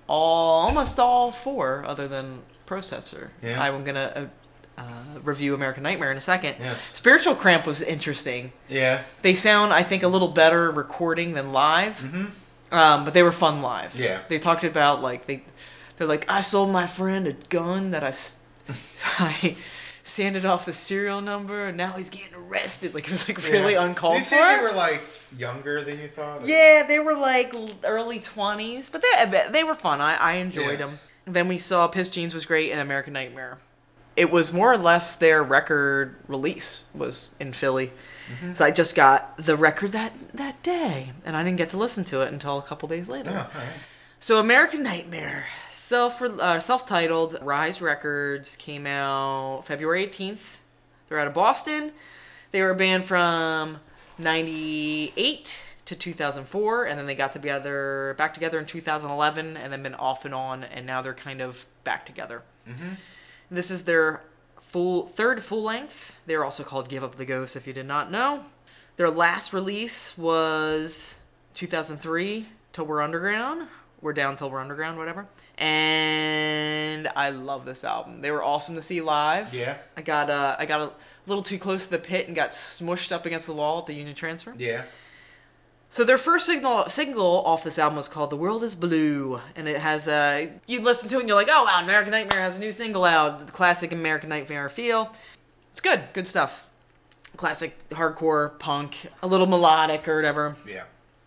[SPEAKER 3] all almost all four, other than Protester.
[SPEAKER 1] Yeah.
[SPEAKER 3] I'm gonna uh, uh, review American Nightmare in a second.
[SPEAKER 1] Yes.
[SPEAKER 3] Spiritual Cramp was interesting.
[SPEAKER 1] Yeah.
[SPEAKER 3] They sound, I think, a little better recording than live. Mm-hmm. Um, but they were fun live.
[SPEAKER 1] Yeah.
[SPEAKER 3] They talked about like they, they're like, I sold my friend a gun that I, s- *laughs* I sanded off the serial number, and now he's getting arrested. Like it was like really
[SPEAKER 1] yeah.
[SPEAKER 3] uncalled
[SPEAKER 1] You
[SPEAKER 3] for.
[SPEAKER 1] said they were like younger than you thought.
[SPEAKER 3] yeah, they were like l- early twenties, but they they were fun. I I enjoyed
[SPEAKER 1] Yeah.
[SPEAKER 3] them. Then we saw Piss Jeans was great and American Nightmare. It was more or less their record release was in Philly. So I just got the record that that day, and I didn't get to listen to it until a couple days later.
[SPEAKER 1] Oh, all right.
[SPEAKER 3] So American Nightmare, self uh, self titled Rise Records came out February 18th. They're out of Boston. They were a band from 98 to 2004 and then they got together back together in 2011 and then been off and on and now they're kind of back together. This is their full third full length. They're also called Give Up the Ghost if you did not know. Their last release was 2003 Till We're Underground. We're down till we're underground, whatever. And I love this album. They were awesome to see live.
[SPEAKER 1] Yeah.
[SPEAKER 3] I got uh, I got a little too close to the pit and got smushed up against the wall at the Union Transfer.
[SPEAKER 1] Yeah.
[SPEAKER 3] So their first single single off this album was called "The World Is Blue," and it has uh, you listen to it and you're like, "Oh wow, American Nightmare has a new single out, the classic American Nightmare feel." It's good, good stuff. Classic hardcore punk, a little melodic or whatever.
[SPEAKER 1] Yeah.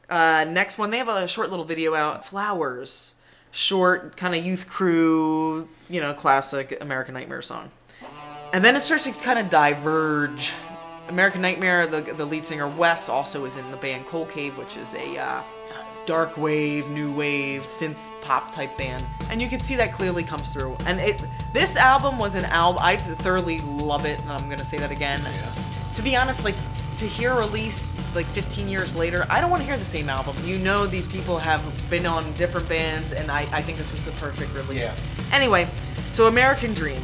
[SPEAKER 3] Uh, next one, they have a short little video out, "Flowers," short kind of youth crew, you know, classic American Nightmare song. And then it starts to kind of diverge. American Nightmare, the, the lead singer Wes also is in the band Cold Cave, which is a uh, dark wave, new wave, synth pop type band. And you can see that clearly comes through. And it this album was an album, I thoroughly love it, and I'm going to say that again. To be honest, like, to hear a release like 15 years later, I don't want to hear the same album. You know, these people have been on different bands, and I, I think this was the perfect release.
[SPEAKER 1] Yeah.
[SPEAKER 3] Anyway, so American Dream,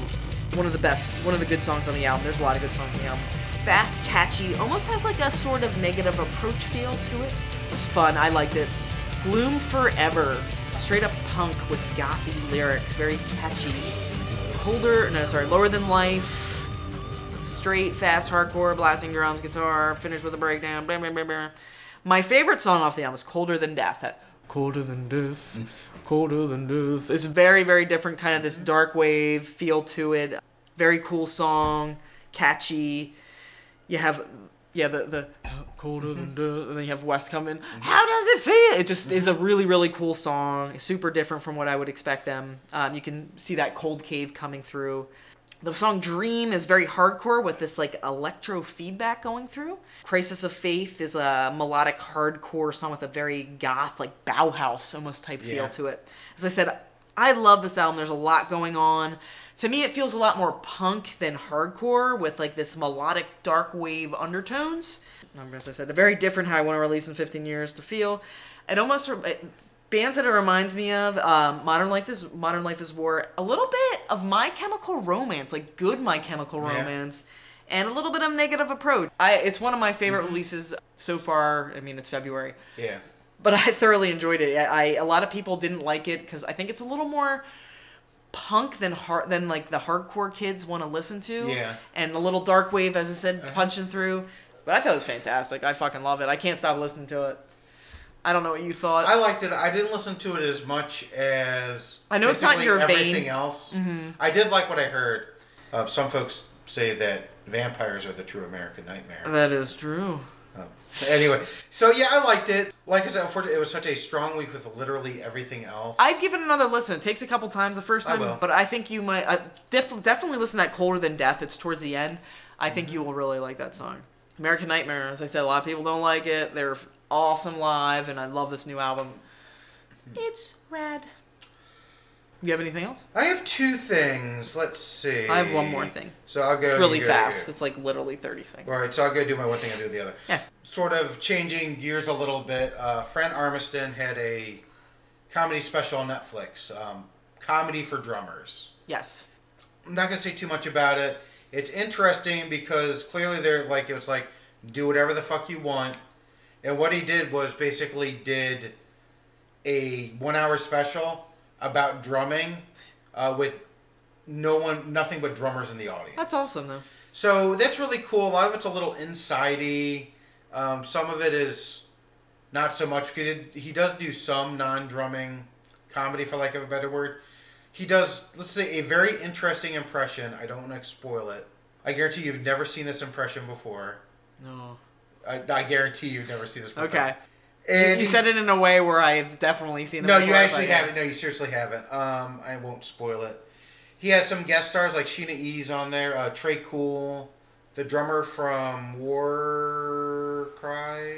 [SPEAKER 3] one of the best, one of the good songs on the album. There's a lot of good songs on the album. Fast, catchy, almost has like a sort of negative approach feel to it. It was fun. I liked it. Gloom Forever, straight up punk with gothy lyrics, very catchy. Colder, no, sorry, Lower Than Life, straight, fast, hardcore, blasting drums, guitar, finished with a breakdown. Blah, blah, blah, blah. My favorite song off the album is Colder Than Death. That colder than death, colder than death. It's very, very different, kind of this dark wave feel to it. Very cool song, catchy. You have, yeah, the the "Oh, colder than death, and then you have West come in. How does it feel? It just is a really, really cool song. Super different from what I would expect them. Um, you can see that cold cave coming through. The song Dream is very hardcore with this like electro feedback going through. Crisis of Faith is a melodic hardcore song with a very goth, like Bauhaus almost type feel
[SPEAKER 1] Yeah.
[SPEAKER 3] to it. As I said, I love this album. There's a lot going on. To me, it feels a lot more punk than hardcore with like this melodic dark wave undertones. Um, As I said, a very different how I want to release in 15 years to feel. It almost. re- It, Bands that it reminds me of, um, Modern Life is Modern Life is War, a little bit of My Chemical Romance, like good My Chemical Romance, and a little bit of Negative Approach. I, it's one of my favorite releases so far. I mean, it's February,
[SPEAKER 1] Yeah.
[SPEAKER 3] but I thoroughly enjoyed it. I, I a lot of people didn't like it because I think it's a little more punk than hard than like the hardcore kids want to listen to.
[SPEAKER 1] Yeah. Uh-huh.
[SPEAKER 3] and a little dark wave, as I said, punching through. But I thought it was fantastic. I fucking love it. I can't stop listening to it. I don't know what you thought.
[SPEAKER 1] I liked it. I didn't listen to it as much as
[SPEAKER 3] I know it's not
[SPEAKER 1] basically
[SPEAKER 3] your vein. Mm-hmm.
[SPEAKER 1] everything else. I did like what I heard. Uh, some folks say that vampires are the true American nightmare.
[SPEAKER 3] that is true.
[SPEAKER 1] Um, anyway, so yeah, I liked it. Like I said, unfortunately, it was such a strong week with literally everything else.
[SPEAKER 3] I'd give it another listen. It takes a couple times the first
[SPEAKER 1] I
[SPEAKER 3] time,
[SPEAKER 1] will.
[SPEAKER 3] but I think you might uh, def- definitely listen to that colder than death. It's towards the end. I think
[SPEAKER 1] Mm-hmm.
[SPEAKER 3] you will really like that song. American Nightmare, as I said, a lot of people don't like it. They're f- awesome live, and I love this new album. It's rad. You have anything else?
[SPEAKER 1] I have two things. Let's see.
[SPEAKER 3] I have one more thing.
[SPEAKER 1] So I'll go
[SPEAKER 3] It's really
[SPEAKER 1] you go, you
[SPEAKER 3] fast.
[SPEAKER 1] go.
[SPEAKER 3] It's like literally thirty seconds.
[SPEAKER 1] All right, so I'll go do my one thing and do the other.
[SPEAKER 3] Yeah.
[SPEAKER 1] Sort of changing gears a little bit. Uh, Fran Armiston had a comedy special on Netflix, um, comedy for drummers.
[SPEAKER 3] Yes.
[SPEAKER 1] I'm not gonna say too much about it. It's interesting because clearly they're like it's like do whatever the fuck you want, and what he did was basically did a one hour special about drumming uh, with no one, nothing but drummers in the audience.
[SPEAKER 3] That's awesome though.
[SPEAKER 1] So that's really cool. A lot of it's a little insidey. Um, some of it is not so much because it, he does do some non-drumming comedy, for lack of a better word. He does, let's say, a very interesting impression. I don't want to spoil it. I guarantee you've never seen this impression before.
[SPEAKER 3] No.
[SPEAKER 1] I, I guarantee you've never seen this before.
[SPEAKER 3] Okay.
[SPEAKER 1] And
[SPEAKER 3] you said it in a way where I've definitely seen it.
[SPEAKER 1] No, you
[SPEAKER 3] before,
[SPEAKER 1] actually
[SPEAKER 3] but, yeah.
[SPEAKER 1] haven't. No, you seriously haven't. Um, I won't spoil it. He has some guest stars like Sheena E's on there, uh, Trey Cool, the drummer from War Cry,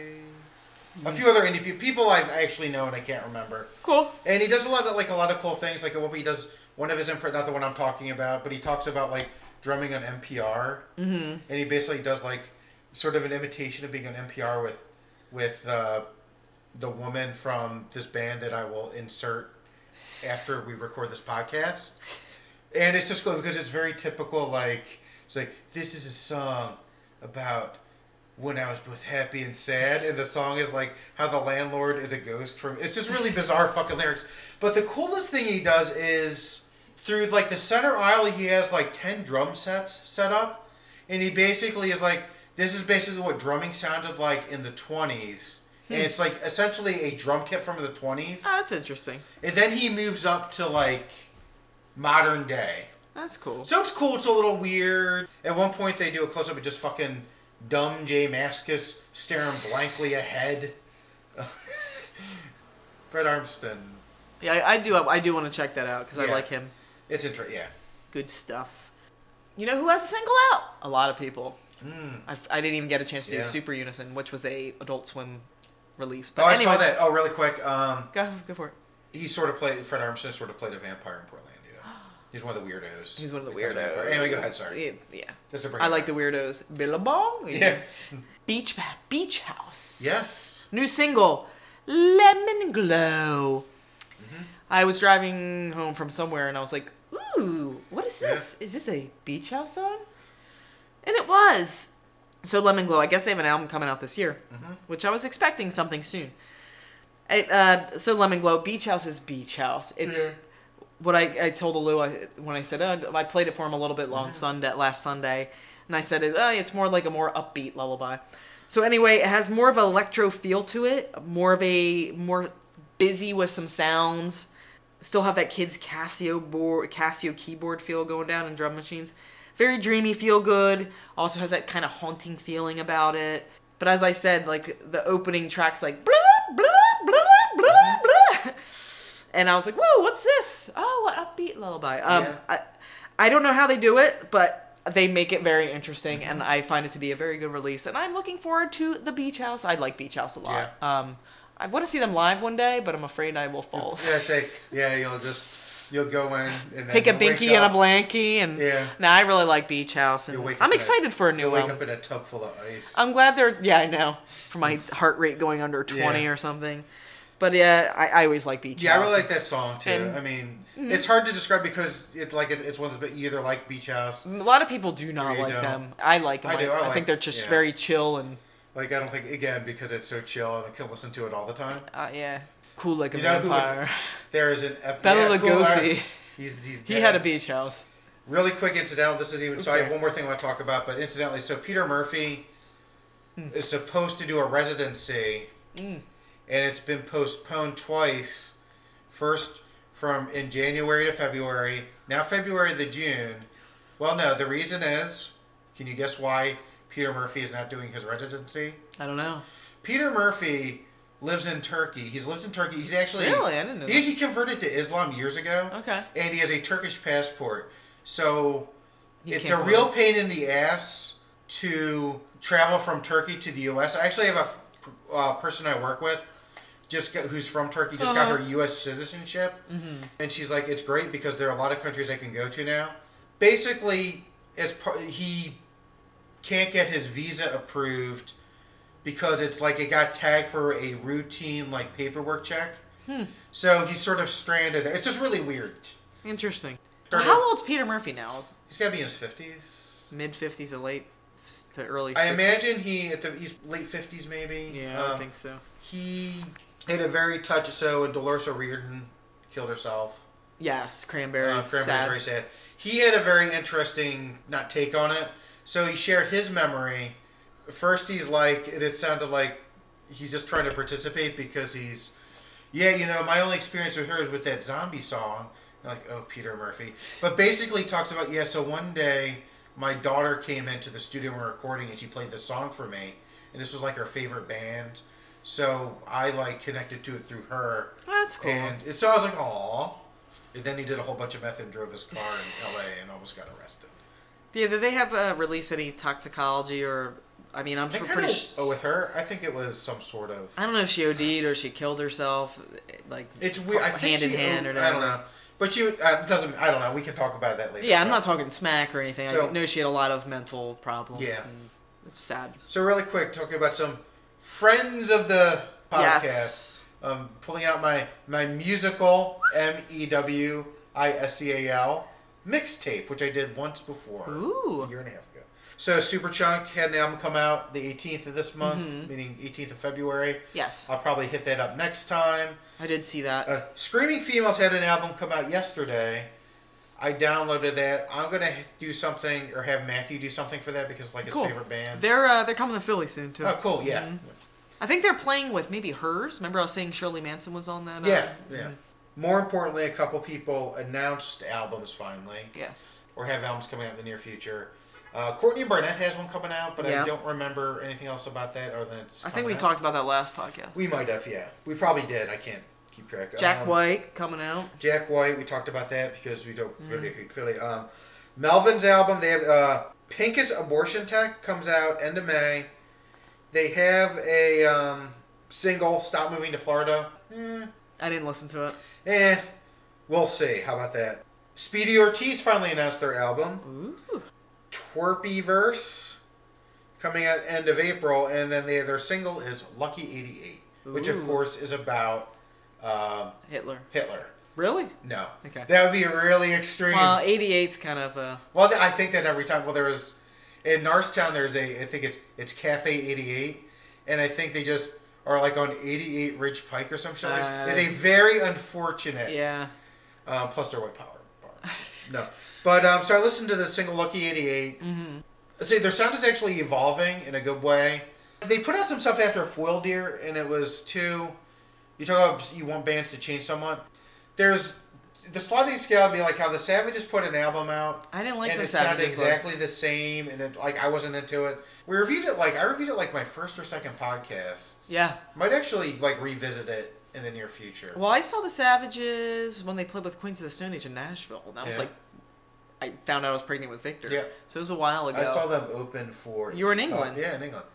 [SPEAKER 3] Mm.
[SPEAKER 1] a few other indie people, people I've actually known I can't remember.
[SPEAKER 3] Cool.
[SPEAKER 1] And he does a lot of like a lot of cool things. Like what he does, one of his imprint, not the one I'm talking about, but he talks about like drumming on NPR, mm-hmm. and he basically does like sort of an imitation of being on NPR with with uh, the woman from this band that I will insert after we record this podcast. And it's just cool because it's very typical. Like it's like this is a song about when I was both happy and sad, and the song is like how the landlord is a ghost from. It's just really bizarre fucking lyrics. But the coolest thing he does is through like the center aisle, he has like ten drum sets set up, and he basically is like, this is basically what drumming sounded like in the twenties. And it's like essentially a drum kit from the 20s.
[SPEAKER 3] Oh, that's interesting.
[SPEAKER 1] And then he moves up to like modern day.
[SPEAKER 3] That's cool.
[SPEAKER 1] So it's cool. It's a little weird. At one point, they do a close up of just fucking dumb Jay Maskus staring blankly ahead. *laughs* Fred Armsten.
[SPEAKER 3] yeah, I, I do. I do want to check that out because I
[SPEAKER 1] Yeah.
[SPEAKER 3] like him.
[SPEAKER 1] It's interesting. Yeah.
[SPEAKER 3] Good stuff. You know who has a single out? A lot of people. I, f- I didn't even get a chance to
[SPEAKER 1] Hmm. Yeah.
[SPEAKER 3] do Super Unison, which was a Adult Swim release.
[SPEAKER 1] Oh,
[SPEAKER 3] But
[SPEAKER 1] I
[SPEAKER 3] anyway,
[SPEAKER 1] saw that. Oh, really quick. Um,
[SPEAKER 3] Go, go for it.
[SPEAKER 1] he sort of played Fred Armsten sort of played a vampire in
[SPEAKER 3] *gasps*
[SPEAKER 1] Portlandia. He's one of the weirdos.
[SPEAKER 3] He's one of the
[SPEAKER 1] They call him vampire.
[SPEAKER 3] weirdos.
[SPEAKER 1] Anyway, go ahead. Sorry.
[SPEAKER 3] Yeah.
[SPEAKER 1] Just to bring
[SPEAKER 3] I
[SPEAKER 1] it
[SPEAKER 3] like the
[SPEAKER 1] back.
[SPEAKER 3] weirdos. Billabong.
[SPEAKER 1] Yeah.
[SPEAKER 3] Beach Ba- Beach House.
[SPEAKER 1] *laughs* Yes.
[SPEAKER 3] New single, Lemon Glow. I was driving home from somewhere and I was like, ooh, what is
[SPEAKER 1] Yeah.
[SPEAKER 3] this? Is this a beach house song? And it was. So Lemon Glow, I guess they have an album coming out this year,
[SPEAKER 1] Mm-hmm.
[SPEAKER 3] which I was expecting something soon. It, uh, so Lemon Glow, Beach House is Beach House. It's
[SPEAKER 1] Yeah.
[SPEAKER 3] what I, I told Alou I, when I said oh, I played it for him a little bit on Sunday last Sunday, and I said oh, it's more like a more upbeat lullaby. So anyway, it has more of an electro feel to it, more of a more busy with some sounds. Still have that kids Casio board, Casio keyboard feel going down in drum machines. Very dreamy, feel good. Also has that kind of haunting feeling about it. But as I said, like the opening tracks, like blah blah blah blah blah blah. blah *laughs* and I was like, "Whoa, what's this? Oh, what upbeat lullaby." Um,
[SPEAKER 1] Yeah.
[SPEAKER 3] I, I don't know how they do it, but they make it very interesting, and I find it to be a very good release. And I'm looking forward to the Beach House. I like Beach House a lot. Um, I want to see them live one day, but I'm afraid I will fall.
[SPEAKER 1] Yeah, say, yeah, you'll just, you'll go in and then
[SPEAKER 3] Take a
[SPEAKER 1] you'll wake
[SPEAKER 3] binky and a
[SPEAKER 1] up-
[SPEAKER 3] blankie, and
[SPEAKER 1] Yeah.
[SPEAKER 3] now I really like Beach House, and
[SPEAKER 1] You'll wake up
[SPEAKER 3] I'm
[SPEAKER 1] in a-
[SPEAKER 3] excited for a new
[SPEAKER 1] You'll wake
[SPEAKER 3] one.
[SPEAKER 1] up in a tub full of ice.
[SPEAKER 3] I'm glad they're yeah, I know
[SPEAKER 1] *laughs*
[SPEAKER 3] for my heart rate going under 20
[SPEAKER 1] Yeah.
[SPEAKER 3] or something. But yeah, I, I always like Beach
[SPEAKER 1] Yeah, I
[SPEAKER 3] House.
[SPEAKER 1] really like that song too.
[SPEAKER 3] And- mm-hmm.
[SPEAKER 1] I mean, it's hard to describe because it like it's, it's one of those. You either like Beach House,
[SPEAKER 3] A lot of people do not
[SPEAKER 1] You
[SPEAKER 3] like
[SPEAKER 1] don't.
[SPEAKER 3] them. I like them.
[SPEAKER 1] I
[SPEAKER 3] I,
[SPEAKER 1] do, I
[SPEAKER 3] I
[SPEAKER 1] like-
[SPEAKER 3] think they're just
[SPEAKER 1] yeah.
[SPEAKER 3] very chill and
[SPEAKER 1] like I don't think again because it's so chill and I can listen to it all the time.
[SPEAKER 3] uh, yeah, cool like a
[SPEAKER 1] You know who would-
[SPEAKER 3] vampire. *laughs*
[SPEAKER 1] There is an ep-
[SPEAKER 3] Bela Lugosi.
[SPEAKER 1] alright. He's, he's
[SPEAKER 3] he
[SPEAKER 1] dead.
[SPEAKER 3] had a beach house.
[SPEAKER 1] really quick incidental. This is even so. I have
[SPEAKER 3] sorry.
[SPEAKER 1] one more thing I want to talk about, but incidentally, so Peter Murphy
[SPEAKER 3] Hmm.
[SPEAKER 1] is supposed to do a residency, and it's been postponed twice. First from in January to February, now February to June. Well, no, the reason is, can you guess why Peter Murphy is not doing his residency?
[SPEAKER 3] I don't know.
[SPEAKER 1] Peter Murphy lives in Turkey. He's lived in Turkey. He's actually
[SPEAKER 3] Really? I didn't know
[SPEAKER 1] He
[SPEAKER 3] that.
[SPEAKER 1] actually converted to Islam years ago.
[SPEAKER 3] Okay.
[SPEAKER 1] And he has a Turkish passport, so it's a
[SPEAKER 3] can't
[SPEAKER 1] real
[SPEAKER 3] vote.
[SPEAKER 1] pain in the ass to travel from Turkey to the U.S. I actually have a f- uh, person I work with. Just got, who's from Turkey just got her U.S. citizenship, and she's like, "It's great because there are a lot of countries I can go to now." Basically, as part, he can't get his visa approved because it's like it got tagged for a routine like paperwork check. So he's sort of stranded there. It's just really weird.
[SPEAKER 3] Interesting.
[SPEAKER 1] Started-
[SPEAKER 3] How old's Peter Murphy now?
[SPEAKER 1] He's got to be in his fifties.
[SPEAKER 3] Mid 50s to late s- to early 60s.
[SPEAKER 1] I imagine he at the he's late fifties maybe.
[SPEAKER 3] Yeah, I
[SPEAKER 1] Um,
[SPEAKER 3] would think so.
[SPEAKER 1] He had a very touch. So Dolores O'Riordan killed herself.
[SPEAKER 3] Yes, cranberry.
[SPEAKER 1] Uh, Grandma was
[SPEAKER 3] sad.
[SPEAKER 1] very sad. He had a very interesting not take on it. So he shared his memory. First, he's like, and it sounded like he's just trying to participate because he's, yeah, you know, my only experience with her is with that zombie song. And like, oh, Peter Murphy. But basically, talks about yeah. So one day, my daughter came into the studio and we're recording, and she played this song for me, and this was like her favorite band. So I like connected to it through her.
[SPEAKER 3] That's cool.
[SPEAKER 1] And it, so I was like, "Aw." And then he did a whole bunch of meth and drove his car *laughs* in L.A. and almost got arrested.
[SPEAKER 3] yeah, did they have uh, release any toxicology or? I mean, I'm
[SPEAKER 1] I
[SPEAKER 3] sure
[SPEAKER 1] think
[SPEAKER 3] pretty.
[SPEAKER 1] kind of,
[SPEAKER 3] sh-
[SPEAKER 1] oh, with her, I think it was some sort of.
[SPEAKER 3] I don't know if she OD'd or she killed herself, like
[SPEAKER 1] It's weird. I think
[SPEAKER 3] hand in
[SPEAKER 1] she-
[SPEAKER 3] hand or
[SPEAKER 1] I don't
[SPEAKER 3] whatever.
[SPEAKER 1] know. But she uh, it doesn't. I don't know. We can talk about that later.
[SPEAKER 3] Yeah, I'm
[SPEAKER 1] But-
[SPEAKER 3] not talking smack or anything.
[SPEAKER 1] So-
[SPEAKER 3] I know she had a lot of mental problems.
[SPEAKER 1] Yeah.
[SPEAKER 3] and it's sad.
[SPEAKER 1] So really quick, talking about some friends of the podcast.
[SPEAKER 3] Yes.
[SPEAKER 1] Um, pulling out my my musical M E W I S E A L mixtape, which I did once before,
[SPEAKER 3] Ooh.
[SPEAKER 1] a year and a half ago. So Superchunk had an album come out the 18th of this month, meaning 18th of February.
[SPEAKER 3] Mm-hmm. Yes,
[SPEAKER 1] I'll probably hit that up next time.
[SPEAKER 3] I did see that.
[SPEAKER 1] Uh, Screaming Females had an album come out yesterday. I downloaded that. I'm gonna do something or have Matthew do something for that because it's like his
[SPEAKER 3] cool.
[SPEAKER 1] favorite band.
[SPEAKER 3] They're uh, they're coming to Philly soon too.
[SPEAKER 1] oh, cool! Yeah.
[SPEAKER 3] I think they're playing with maybe hers. Remember, I was saying Shirley Manson was on that. uh,
[SPEAKER 1] Yeah, yeah.
[SPEAKER 3] Mm-hmm.
[SPEAKER 1] More importantly, a couple people announced albums finally,
[SPEAKER 3] Yes.
[SPEAKER 1] or have albums coming out in the near future. Uh, Courtney Barnett has one coming out, but I
[SPEAKER 3] Yeah.
[SPEAKER 1] don't remember anything else about that other than it's.
[SPEAKER 3] I think
[SPEAKER 1] coming
[SPEAKER 3] we
[SPEAKER 1] out.
[SPEAKER 3] talked about that last podcast.
[SPEAKER 1] We might have, yeah. We probably did. I can't keep track.
[SPEAKER 3] Jack
[SPEAKER 1] Um,
[SPEAKER 3] White coming out.
[SPEAKER 1] Jack White. We talked about that because we don't
[SPEAKER 3] Mm-hmm.
[SPEAKER 1] really clearly. Um, Melvin's album. They have uh, Pincus Abortion Tech comes out end of May. They have a um, single. Stop moving to Florida. Eh,
[SPEAKER 3] I didn't listen to it.
[SPEAKER 1] eh, we'll see. How about that? Speedy Ortiz finally announced their album
[SPEAKER 3] Ooh.
[SPEAKER 1] Twerpy Verse coming out end of April, and then they, their single is Lucky '88, which of
[SPEAKER 3] Ooh.
[SPEAKER 1] course is about um,
[SPEAKER 3] Hitler.
[SPEAKER 1] Hitler.
[SPEAKER 3] Really?
[SPEAKER 1] No,
[SPEAKER 3] Okay.
[SPEAKER 1] that would be really extreme.
[SPEAKER 3] Well, 88's kind of a.
[SPEAKER 1] Well, th- I think that every time. Well, there was in Narstown. There's a I think it's it's Cafe 88, and I think they just are like on 88 Ridge Pike or some shit. like-
[SPEAKER 3] Uh,
[SPEAKER 1] it's a very unfortunate.
[SPEAKER 3] Yeah.
[SPEAKER 1] Um, plus, they're white power. bar. no, but um, so I listened to the single "Lucky '88."
[SPEAKER 3] Mm-hmm.
[SPEAKER 1] Let's See, their sound is actually evolving in a good way. They put out some stuff after Foil Deer, and it was too. You talk about you want bands to change somewhat. There's the sliding scale would be like how the Savages put an album out
[SPEAKER 3] I didn't like
[SPEAKER 1] and
[SPEAKER 3] the
[SPEAKER 1] it sounded
[SPEAKER 3] Savages one.
[SPEAKER 1] exactly the same, and it, like I wasn't into it. We reviewed it like I reviewed it like my first or second podcast.
[SPEAKER 3] Yeah.
[SPEAKER 1] Might actually like revisit it in the near future.
[SPEAKER 3] Well, I saw the Savages when they played with Queens of the Stone Age in Nashville. And I was
[SPEAKER 1] Yeah.
[SPEAKER 3] like, I found out I was pregnant with Victor.
[SPEAKER 1] Yeah.
[SPEAKER 3] So it was a while ago.
[SPEAKER 1] I saw them open for
[SPEAKER 3] You were in
[SPEAKER 1] uh,
[SPEAKER 3] England.
[SPEAKER 1] yeah, in England.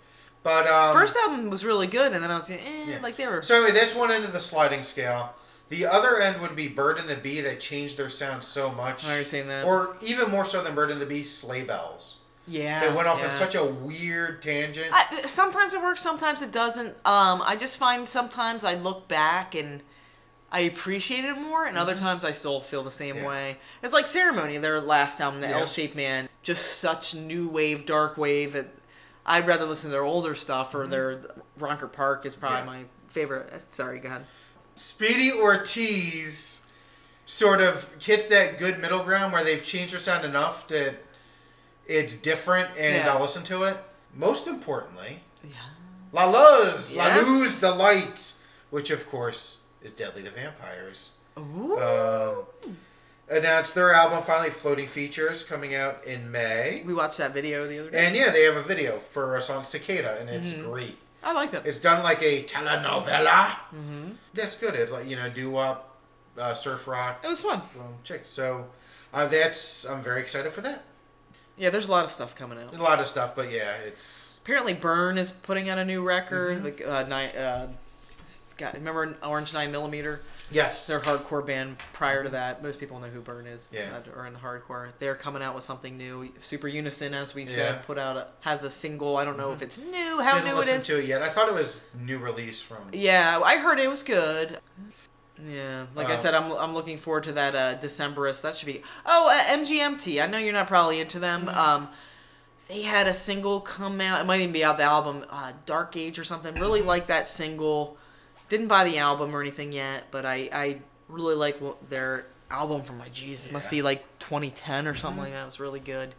[SPEAKER 1] But um,
[SPEAKER 3] First album was really good, and then I was like, eh,
[SPEAKER 1] yeah.
[SPEAKER 3] like they were.
[SPEAKER 1] So anyway, that's one end of the sliding scale. The other end would be Bird and the Bee that changed their sound so much.
[SPEAKER 3] I already seen that.
[SPEAKER 1] Or even more so than Bird and the Bee, Sleigh Bells.
[SPEAKER 3] yeah.
[SPEAKER 1] They went off on
[SPEAKER 3] Ah, yeah.
[SPEAKER 1] such a weird tangent.
[SPEAKER 3] I, sometimes it works, sometimes it doesn't. Um, I just find sometimes I look back and I appreciate it more, and other times I still feel the same
[SPEAKER 1] Mm-hmm. Yeah.
[SPEAKER 3] way. It's like Ceremony, their last album, the
[SPEAKER 1] Yeah.
[SPEAKER 3] L Shaped Man, just such new wave, dark wave. It, I'd rather listen to their older stuff or their Ronker Park is probably
[SPEAKER 1] Mm-hmm. Yeah.
[SPEAKER 3] my favorite. Eh, Sorry, go ahead.
[SPEAKER 1] Speedy Ortiz sort of hits that good middle ground where they've changed their sound enough that it's different and
[SPEAKER 3] Yeah.
[SPEAKER 1] I'll listen to it. Most importantly,
[SPEAKER 3] Yeah.
[SPEAKER 1] La Luz, La
[SPEAKER 3] Yes.
[SPEAKER 1] Luz, the light, which of course is Deadly to Vampires.
[SPEAKER 3] Ooh.
[SPEAKER 1] Um, announced their album finally, Floating Features, coming out in May.
[SPEAKER 3] we watched that video the other day.
[SPEAKER 1] And yeah, they have a video for a song Cicada, and it's
[SPEAKER 3] Mm-hmm.
[SPEAKER 1] great.
[SPEAKER 3] I like that.
[SPEAKER 1] It's done like a telenovela. Mm-hmm. That's good. It's like you know, doo wop, uh, surf rock,
[SPEAKER 3] It was fun.
[SPEAKER 1] um, chicks. So uh, that's I'm very excited for that.
[SPEAKER 3] Yeah, there's a lot of stuff coming out.
[SPEAKER 1] A lot of stuff, but yeah, it's
[SPEAKER 3] apparently Burn is putting out a new
[SPEAKER 1] Mm-hmm.
[SPEAKER 3] record. Like uh, nine, uh, God, remember Orange Nine Millimeter?
[SPEAKER 1] yes,
[SPEAKER 3] They're a hardcore band. Prior to that, most people know who Burn is.
[SPEAKER 1] Yeah.
[SPEAKER 3] That are in hardcore. They're coming out with something new. Super Unison, as we
[SPEAKER 1] Yeah.
[SPEAKER 3] said, put out a, has a single. I don't know if it's new. How
[SPEAKER 1] didn't
[SPEAKER 3] new it
[SPEAKER 1] listen
[SPEAKER 3] is.
[SPEAKER 1] to it yet. I thought it was new release from.
[SPEAKER 3] yeah, I heard it was good. Yeah, like I
[SPEAKER 1] Uh,
[SPEAKER 3] said, I'm I'm looking forward to that uh, Decemberist. That should be oh uh, MGMT. I know you're not probably into them.
[SPEAKER 1] Mm-hmm.
[SPEAKER 3] Um, they had a single come out. It might even be out the album uh, Dark Age or something.
[SPEAKER 1] Mm-hmm.
[SPEAKER 3] Really like that single. Didn't buy the album or anything yet, but I I really like what their album from my Jesus. It must be
[SPEAKER 1] Yeah. Mm-hmm.
[SPEAKER 3] like 2010 or something like that. It was really good.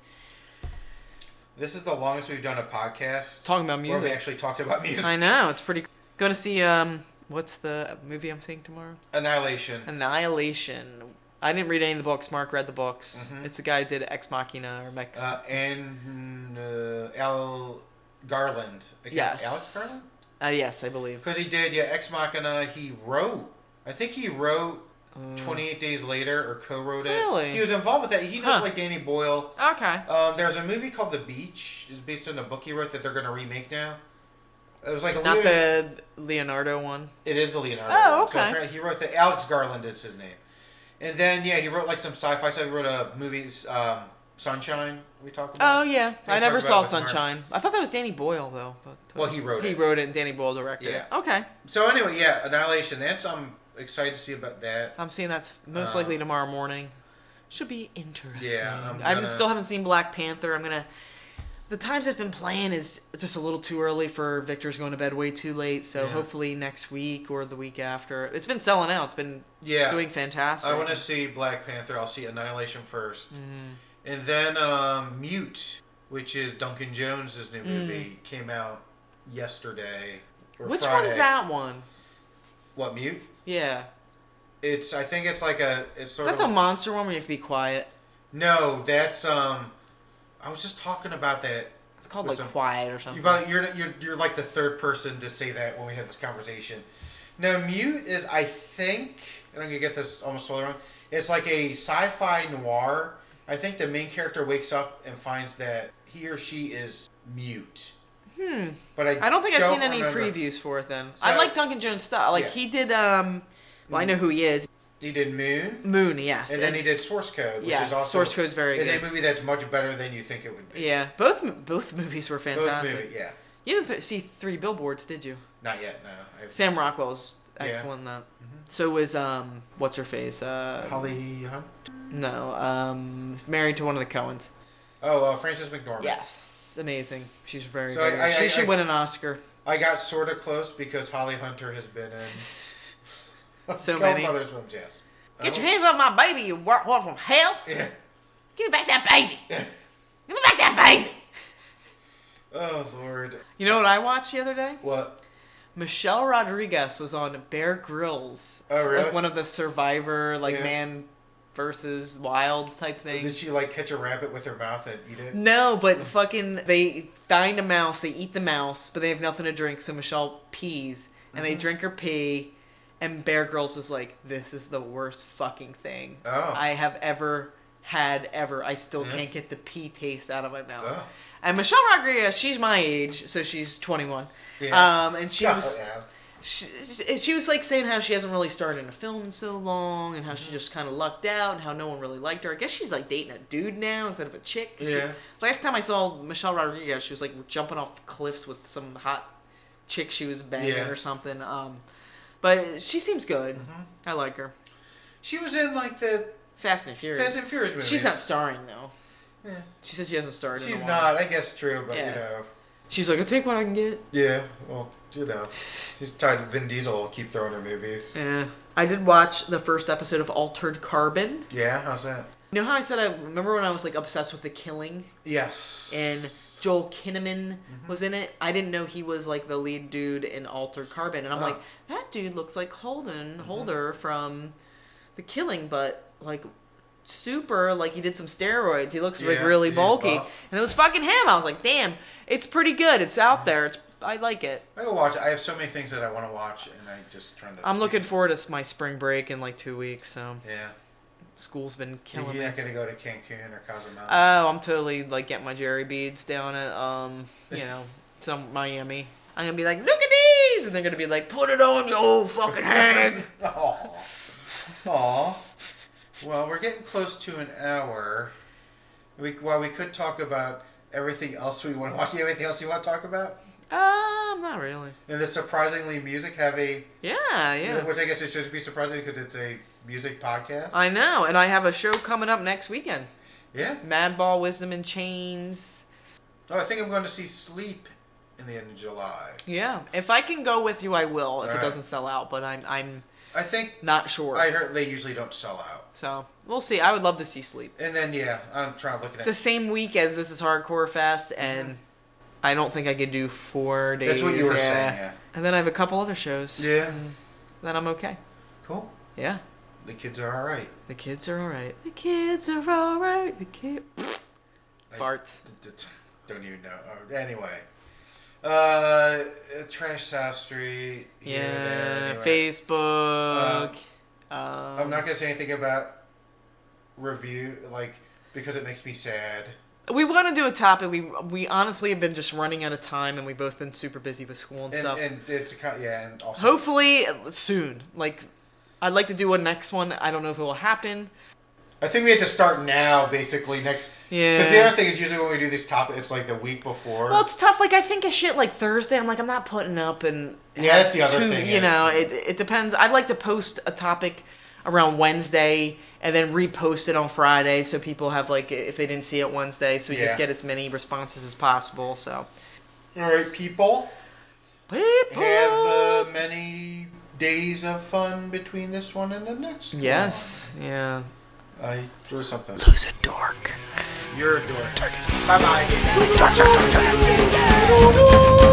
[SPEAKER 1] This is the longest we've done a podcast
[SPEAKER 3] Talking about
[SPEAKER 1] where we
[SPEAKER 3] music,
[SPEAKER 1] actually talked about music.
[SPEAKER 3] I know it's pretty. Going to see um what's the movie I'm seeing tomorrow?
[SPEAKER 1] Annihilation.
[SPEAKER 3] Annihilation. I didn't read any of the books. Mark read the books. It's the guy who did Ex Machina or Mex.
[SPEAKER 1] Mm-hmm. Uh, and uh, Al Garland. I can't-
[SPEAKER 3] yes.
[SPEAKER 1] Alex Garland?
[SPEAKER 3] Uh, yes, I believe.
[SPEAKER 1] Because he did, yeah, Ex Machina. He wrote, I think he wrote 28 Days Later or co wrote it.
[SPEAKER 3] Mm. Really?
[SPEAKER 1] He was involved with that. He knows
[SPEAKER 3] Huh.
[SPEAKER 1] like Danny Boyle.
[SPEAKER 3] Okay.
[SPEAKER 1] Um, there's a movie called The Beach. It's based on a book he wrote that they're going to remake now. It was like a
[SPEAKER 3] Not
[SPEAKER 1] little-
[SPEAKER 3] the Leonardo one.
[SPEAKER 1] It is the Leonardo.
[SPEAKER 3] Oh,
[SPEAKER 1] one. So
[SPEAKER 3] okay.
[SPEAKER 1] apparently he wrote the Alex Garland is his name, and then yeah, he wrote like some sci-fi stuff. He wrote a movie, um, Sunshine. We talked about.
[SPEAKER 3] Oh yeah,
[SPEAKER 1] They
[SPEAKER 3] I never
[SPEAKER 1] talked
[SPEAKER 3] saw
[SPEAKER 1] about it with Mark.
[SPEAKER 3] Sunshine. I thought that was Danny Boyle though. But,
[SPEAKER 1] Well, he wrote
[SPEAKER 3] he
[SPEAKER 1] it.
[SPEAKER 3] wrote it, and Danny Boyle directed it.
[SPEAKER 1] Yeah.
[SPEAKER 3] Okay,
[SPEAKER 1] So anyway, yeah, Annihilation. That's I'm excited to see about that.
[SPEAKER 3] I'm seeing that's most
[SPEAKER 1] Uh,
[SPEAKER 3] likely tomorrow morning. Should be interesting.
[SPEAKER 1] I'm
[SPEAKER 3] I haven't-
[SPEAKER 1] gonna-
[SPEAKER 3] still haven't seen Black Panther. I'm gonna. The times it's been playing is just a little too early for Victor's going to bed way too late. So
[SPEAKER 1] Yeah.
[SPEAKER 3] hopefully next week or the week after, it's been selling out. It's been
[SPEAKER 1] Yeah,
[SPEAKER 3] doing fantastic.
[SPEAKER 1] I want to see Black Panther. I'll see Annihilation 1st
[SPEAKER 3] Mm-hmm.
[SPEAKER 1] and then um, Mute, which is Duncan Jones'
[SPEAKER 3] Mm.
[SPEAKER 1] new movie, came out yesterday. Or
[SPEAKER 3] Which
[SPEAKER 1] Friday.
[SPEAKER 3] one's that one?
[SPEAKER 1] What Mute?
[SPEAKER 3] Yeah,
[SPEAKER 1] It's I think it's like a it's
[SPEAKER 3] is
[SPEAKER 1] sort
[SPEAKER 3] that
[SPEAKER 1] of
[SPEAKER 3] the monster one where you have to be quiet?
[SPEAKER 1] No, that's um. I was just talking about that.
[SPEAKER 3] It's called
[SPEAKER 1] With
[SPEAKER 3] like
[SPEAKER 1] some-
[SPEAKER 3] Quiet or something.
[SPEAKER 1] You about you're you're you're like the third person to say that when we had this conversation. Now, mute is I think, and I'm gonna get this almost totally wrong. It's like a sci-fi noir. I think the main character wakes up and finds that he or she is mute. Hmm. But I
[SPEAKER 3] I don't think I've seen any
[SPEAKER 1] remember.
[SPEAKER 3] previews for it. Then
[SPEAKER 1] So-
[SPEAKER 3] I like Duncan Jones stuff. Like
[SPEAKER 1] Yeah.
[SPEAKER 3] he did. um Well, I know who he is.
[SPEAKER 1] He did Moon,
[SPEAKER 3] Moon. Yes.
[SPEAKER 1] and then he did Source Code, which
[SPEAKER 3] Yes,
[SPEAKER 1] is also
[SPEAKER 3] Source Code's very
[SPEAKER 1] is
[SPEAKER 3] good.
[SPEAKER 1] a movie that's much better than you think it would be.
[SPEAKER 3] yeah. Both m- both movies were
[SPEAKER 1] Both
[SPEAKER 3] fantastic.
[SPEAKER 1] movie, yeah.
[SPEAKER 3] You didn't th- see Three Billboards, did you?
[SPEAKER 1] Not yet, no. I-
[SPEAKER 3] Sam Rockwell's
[SPEAKER 1] Yeah. Mm-hmm.
[SPEAKER 3] excellent in that. So was um what's her face? Uh
[SPEAKER 1] Holly Hunt.
[SPEAKER 3] no, um married to one of the Cohens.
[SPEAKER 1] Oh, uh, Frances McDormand.
[SPEAKER 3] Yes. Amazing. She's very
[SPEAKER 1] So
[SPEAKER 3] very
[SPEAKER 1] I-
[SPEAKER 3] good.
[SPEAKER 1] I-
[SPEAKER 3] she
[SPEAKER 1] I-
[SPEAKER 3] should
[SPEAKER 1] I-
[SPEAKER 3] win an Oscar.
[SPEAKER 1] I got sort of close because Holly Hunter has been in *laughs*
[SPEAKER 3] *laughs* So
[SPEAKER 1] Go
[SPEAKER 3] many.
[SPEAKER 1] Mother's Whims, yes.
[SPEAKER 3] Get your
[SPEAKER 1] Oh,
[SPEAKER 3] hands off my baby, you work from hell.
[SPEAKER 1] Yeah.
[SPEAKER 3] Give me back that baby. Give me back that baby.
[SPEAKER 1] Oh Lord.
[SPEAKER 3] You know what I watched the other day?
[SPEAKER 1] What?
[SPEAKER 3] Michelle Rodriguez was on Bear Grylls.
[SPEAKER 1] Oh, really?
[SPEAKER 3] Like one of the Survivor, like
[SPEAKER 1] Yeah.
[SPEAKER 3] man versus wild type thing.
[SPEAKER 1] Did she like catch a rabbit with her mouth and eat it?
[SPEAKER 3] No, but fucking they find a mouse, they eat the mouse, but they have nothing to drink, so Michelle pees and
[SPEAKER 1] Mm-hmm.
[SPEAKER 3] they drink her pee. And Bear Girls was like, "This is the worst fucking thing
[SPEAKER 1] Oh.
[SPEAKER 3] I have ever had ever. I still
[SPEAKER 1] Yeah.
[SPEAKER 3] can't get the pee taste out of my mouth."
[SPEAKER 1] Oh.
[SPEAKER 3] And Michelle Rodriguez, she's my age, so she's 21.
[SPEAKER 1] Yeah.
[SPEAKER 3] Um, and she
[SPEAKER 1] Shut
[SPEAKER 3] was
[SPEAKER 1] up.
[SPEAKER 3] she, she- she was like saying how she hasn't really starred in a film in so long and how
[SPEAKER 1] Mm-hmm.
[SPEAKER 3] she just kind of lucked out and how no one really liked her. I guess she's like dating a dude now instead of a chick. 'Cause she-
[SPEAKER 1] Yeah.
[SPEAKER 3] last time I saw Michelle Rodriguez, she was like jumping off cliffs with some hot chick she was banging
[SPEAKER 1] Yeah. Mm-hmm.
[SPEAKER 3] or something. Um, but she seems good. I like her.
[SPEAKER 1] She was in like the
[SPEAKER 3] Fast and Furious.
[SPEAKER 1] Fast and Furious movie.
[SPEAKER 3] She's not starring though. She said she hasn't starred. in a
[SPEAKER 1] She's
[SPEAKER 3] while.
[SPEAKER 1] not. I guess true, but
[SPEAKER 3] Yeah.
[SPEAKER 1] you know.
[SPEAKER 3] She's like, I will take what I can get.
[SPEAKER 1] Yeah. Well, you know. She's tied. Vin Diesel will keep throwing her movies. Yeah.
[SPEAKER 3] Yeah. I did watch the first episode of Altered Carbon.
[SPEAKER 1] how's that?
[SPEAKER 3] You know how I said I remember when I was like obsessed with The Killing
[SPEAKER 1] Yes.
[SPEAKER 3] and Joel Kinnaman
[SPEAKER 1] Mm-hmm.
[SPEAKER 3] was in it. I didn't know he was like the lead dude in Altered Carbon, and I'm
[SPEAKER 1] Oh.
[SPEAKER 3] like, that dude looks like Holden
[SPEAKER 1] Mm-hmm.
[SPEAKER 3] Holder from The Killing, but like super like he did some steroids. He looks like
[SPEAKER 1] Yeah,
[SPEAKER 3] really
[SPEAKER 1] he's
[SPEAKER 3] bulky,
[SPEAKER 1] buff.
[SPEAKER 3] and it was fucking him. I was like, damn, it's pretty good. It's
[SPEAKER 1] Mm-hmm.
[SPEAKER 3] out there. It's I like it.
[SPEAKER 1] I will watch. I have so many things that I want to watch, and I just trying to.
[SPEAKER 3] I'm
[SPEAKER 1] sneak-
[SPEAKER 3] looking forward to my spring break in like two weeks. So
[SPEAKER 1] Yeah.
[SPEAKER 3] school's been
[SPEAKER 1] You're
[SPEAKER 3] killing me.
[SPEAKER 1] not gonna go to Cancun or Cozumel.
[SPEAKER 3] Oh, I'm totally like getting my Jerry beads down at um, you know, some Miami. I'm gonna be like, look at these, and they're gonna be like, put it on your old fucking head.
[SPEAKER 1] *laughs* Aw. Aw. Well, we're getting close to an hour. We, well, we could talk about everything else we want to watch. Do you have anything else you want to talk about?
[SPEAKER 3] Um, not really.
[SPEAKER 1] And it's surprisingly music heavy,
[SPEAKER 3] Yeah, yeah.
[SPEAKER 1] which I guess it should be surprising because it's a music podcast.
[SPEAKER 3] I know, and I have a show coming up next weekend.
[SPEAKER 1] yeah.
[SPEAKER 3] Madball, Wisdom in Chains.
[SPEAKER 1] Oh, I think I'm going to see Sleep in the end of July.
[SPEAKER 3] Yeah, if I can go with you, I will. If
[SPEAKER 1] Alright.
[SPEAKER 3] it doesn't sell out, but I'm I'm
[SPEAKER 1] I think
[SPEAKER 3] not sure.
[SPEAKER 1] I heard they usually don't sell out.
[SPEAKER 3] so we'll see. I would love to see Sleep.
[SPEAKER 1] And then yeah, I'm trying to look
[SPEAKER 3] It's
[SPEAKER 1] at
[SPEAKER 3] the
[SPEAKER 1] it.
[SPEAKER 3] same week as this is Hardcore Fest, and I don't think I could do four days.
[SPEAKER 1] That's what you were saying. Yeah.
[SPEAKER 3] And then I have a couple other shows.
[SPEAKER 1] Yeah.
[SPEAKER 3] Then I'm okay.
[SPEAKER 1] Cool.
[SPEAKER 3] Yeah.
[SPEAKER 1] The kids are all right.
[SPEAKER 3] The kids are all right. The kids are all right. The kid
[SPEAKER 1] I-
[SPEAKER 3] farts.
[SPEAKER 1] D- d- t- don't even know. Oh, Anyway, uh, trash house street. here,
[SPEAKER 3] Yeah.
[SPEAKER 1] there, anyway. Uh,
[SPEAKER 3] Facebook. Um,
[SPEAKER 1] I'm not gonna say anything about review, like because it makes me sad.
[SPEAKER 3] we want to do a topic. We we honestly have been just running out of time, and we've both been super busy with school and,
[SPEAKER 1] And,
[SPEAKER 3] stuff.
[SPEAKER 1] and it's a co- yeah, and also
[SPEAKER 3] Hopefully soon. Like, I'd like to do a next one. I don't know if it will happen.
[SPEAKER 1] I think we had to start now, basically next. Because the
[SPEAKER 3] Yeah.
[SPEAKER 1] other thing is usually when we do these topics, it's like the week before.
[SPEAKER 3] Well, it's tough. Like I think of shit like Thursday. I'm like I'm not putting up and
[SPEAKER 1] Yeah, that's the other thing
[SPEAKER 3] You
[SPEAKER 1] is-
[SPEAKER 3] know, it it depends. I'd like to post a topic around Wednesday and then repost it on Friday so people have like if they didn't see it Wednesday, so you just
[SPEAKER 1] Yeah.
[SPEAKER 3] get as many responses as possible. So
[SPEAKER 1] All right, people,
[SPEAKER 3] people,
[SPEAKER 1] have uh, many days of fun between this one and the next.
[SPEAKER 3] yes, yeah,
[SPEAKER 1] one. I threw something.
[SPEAKER 3] who's a dork?
[SPEAKER 1] You're a dork. Bye bye.
[SPEAKER 2] Don't you, don't you, don't you.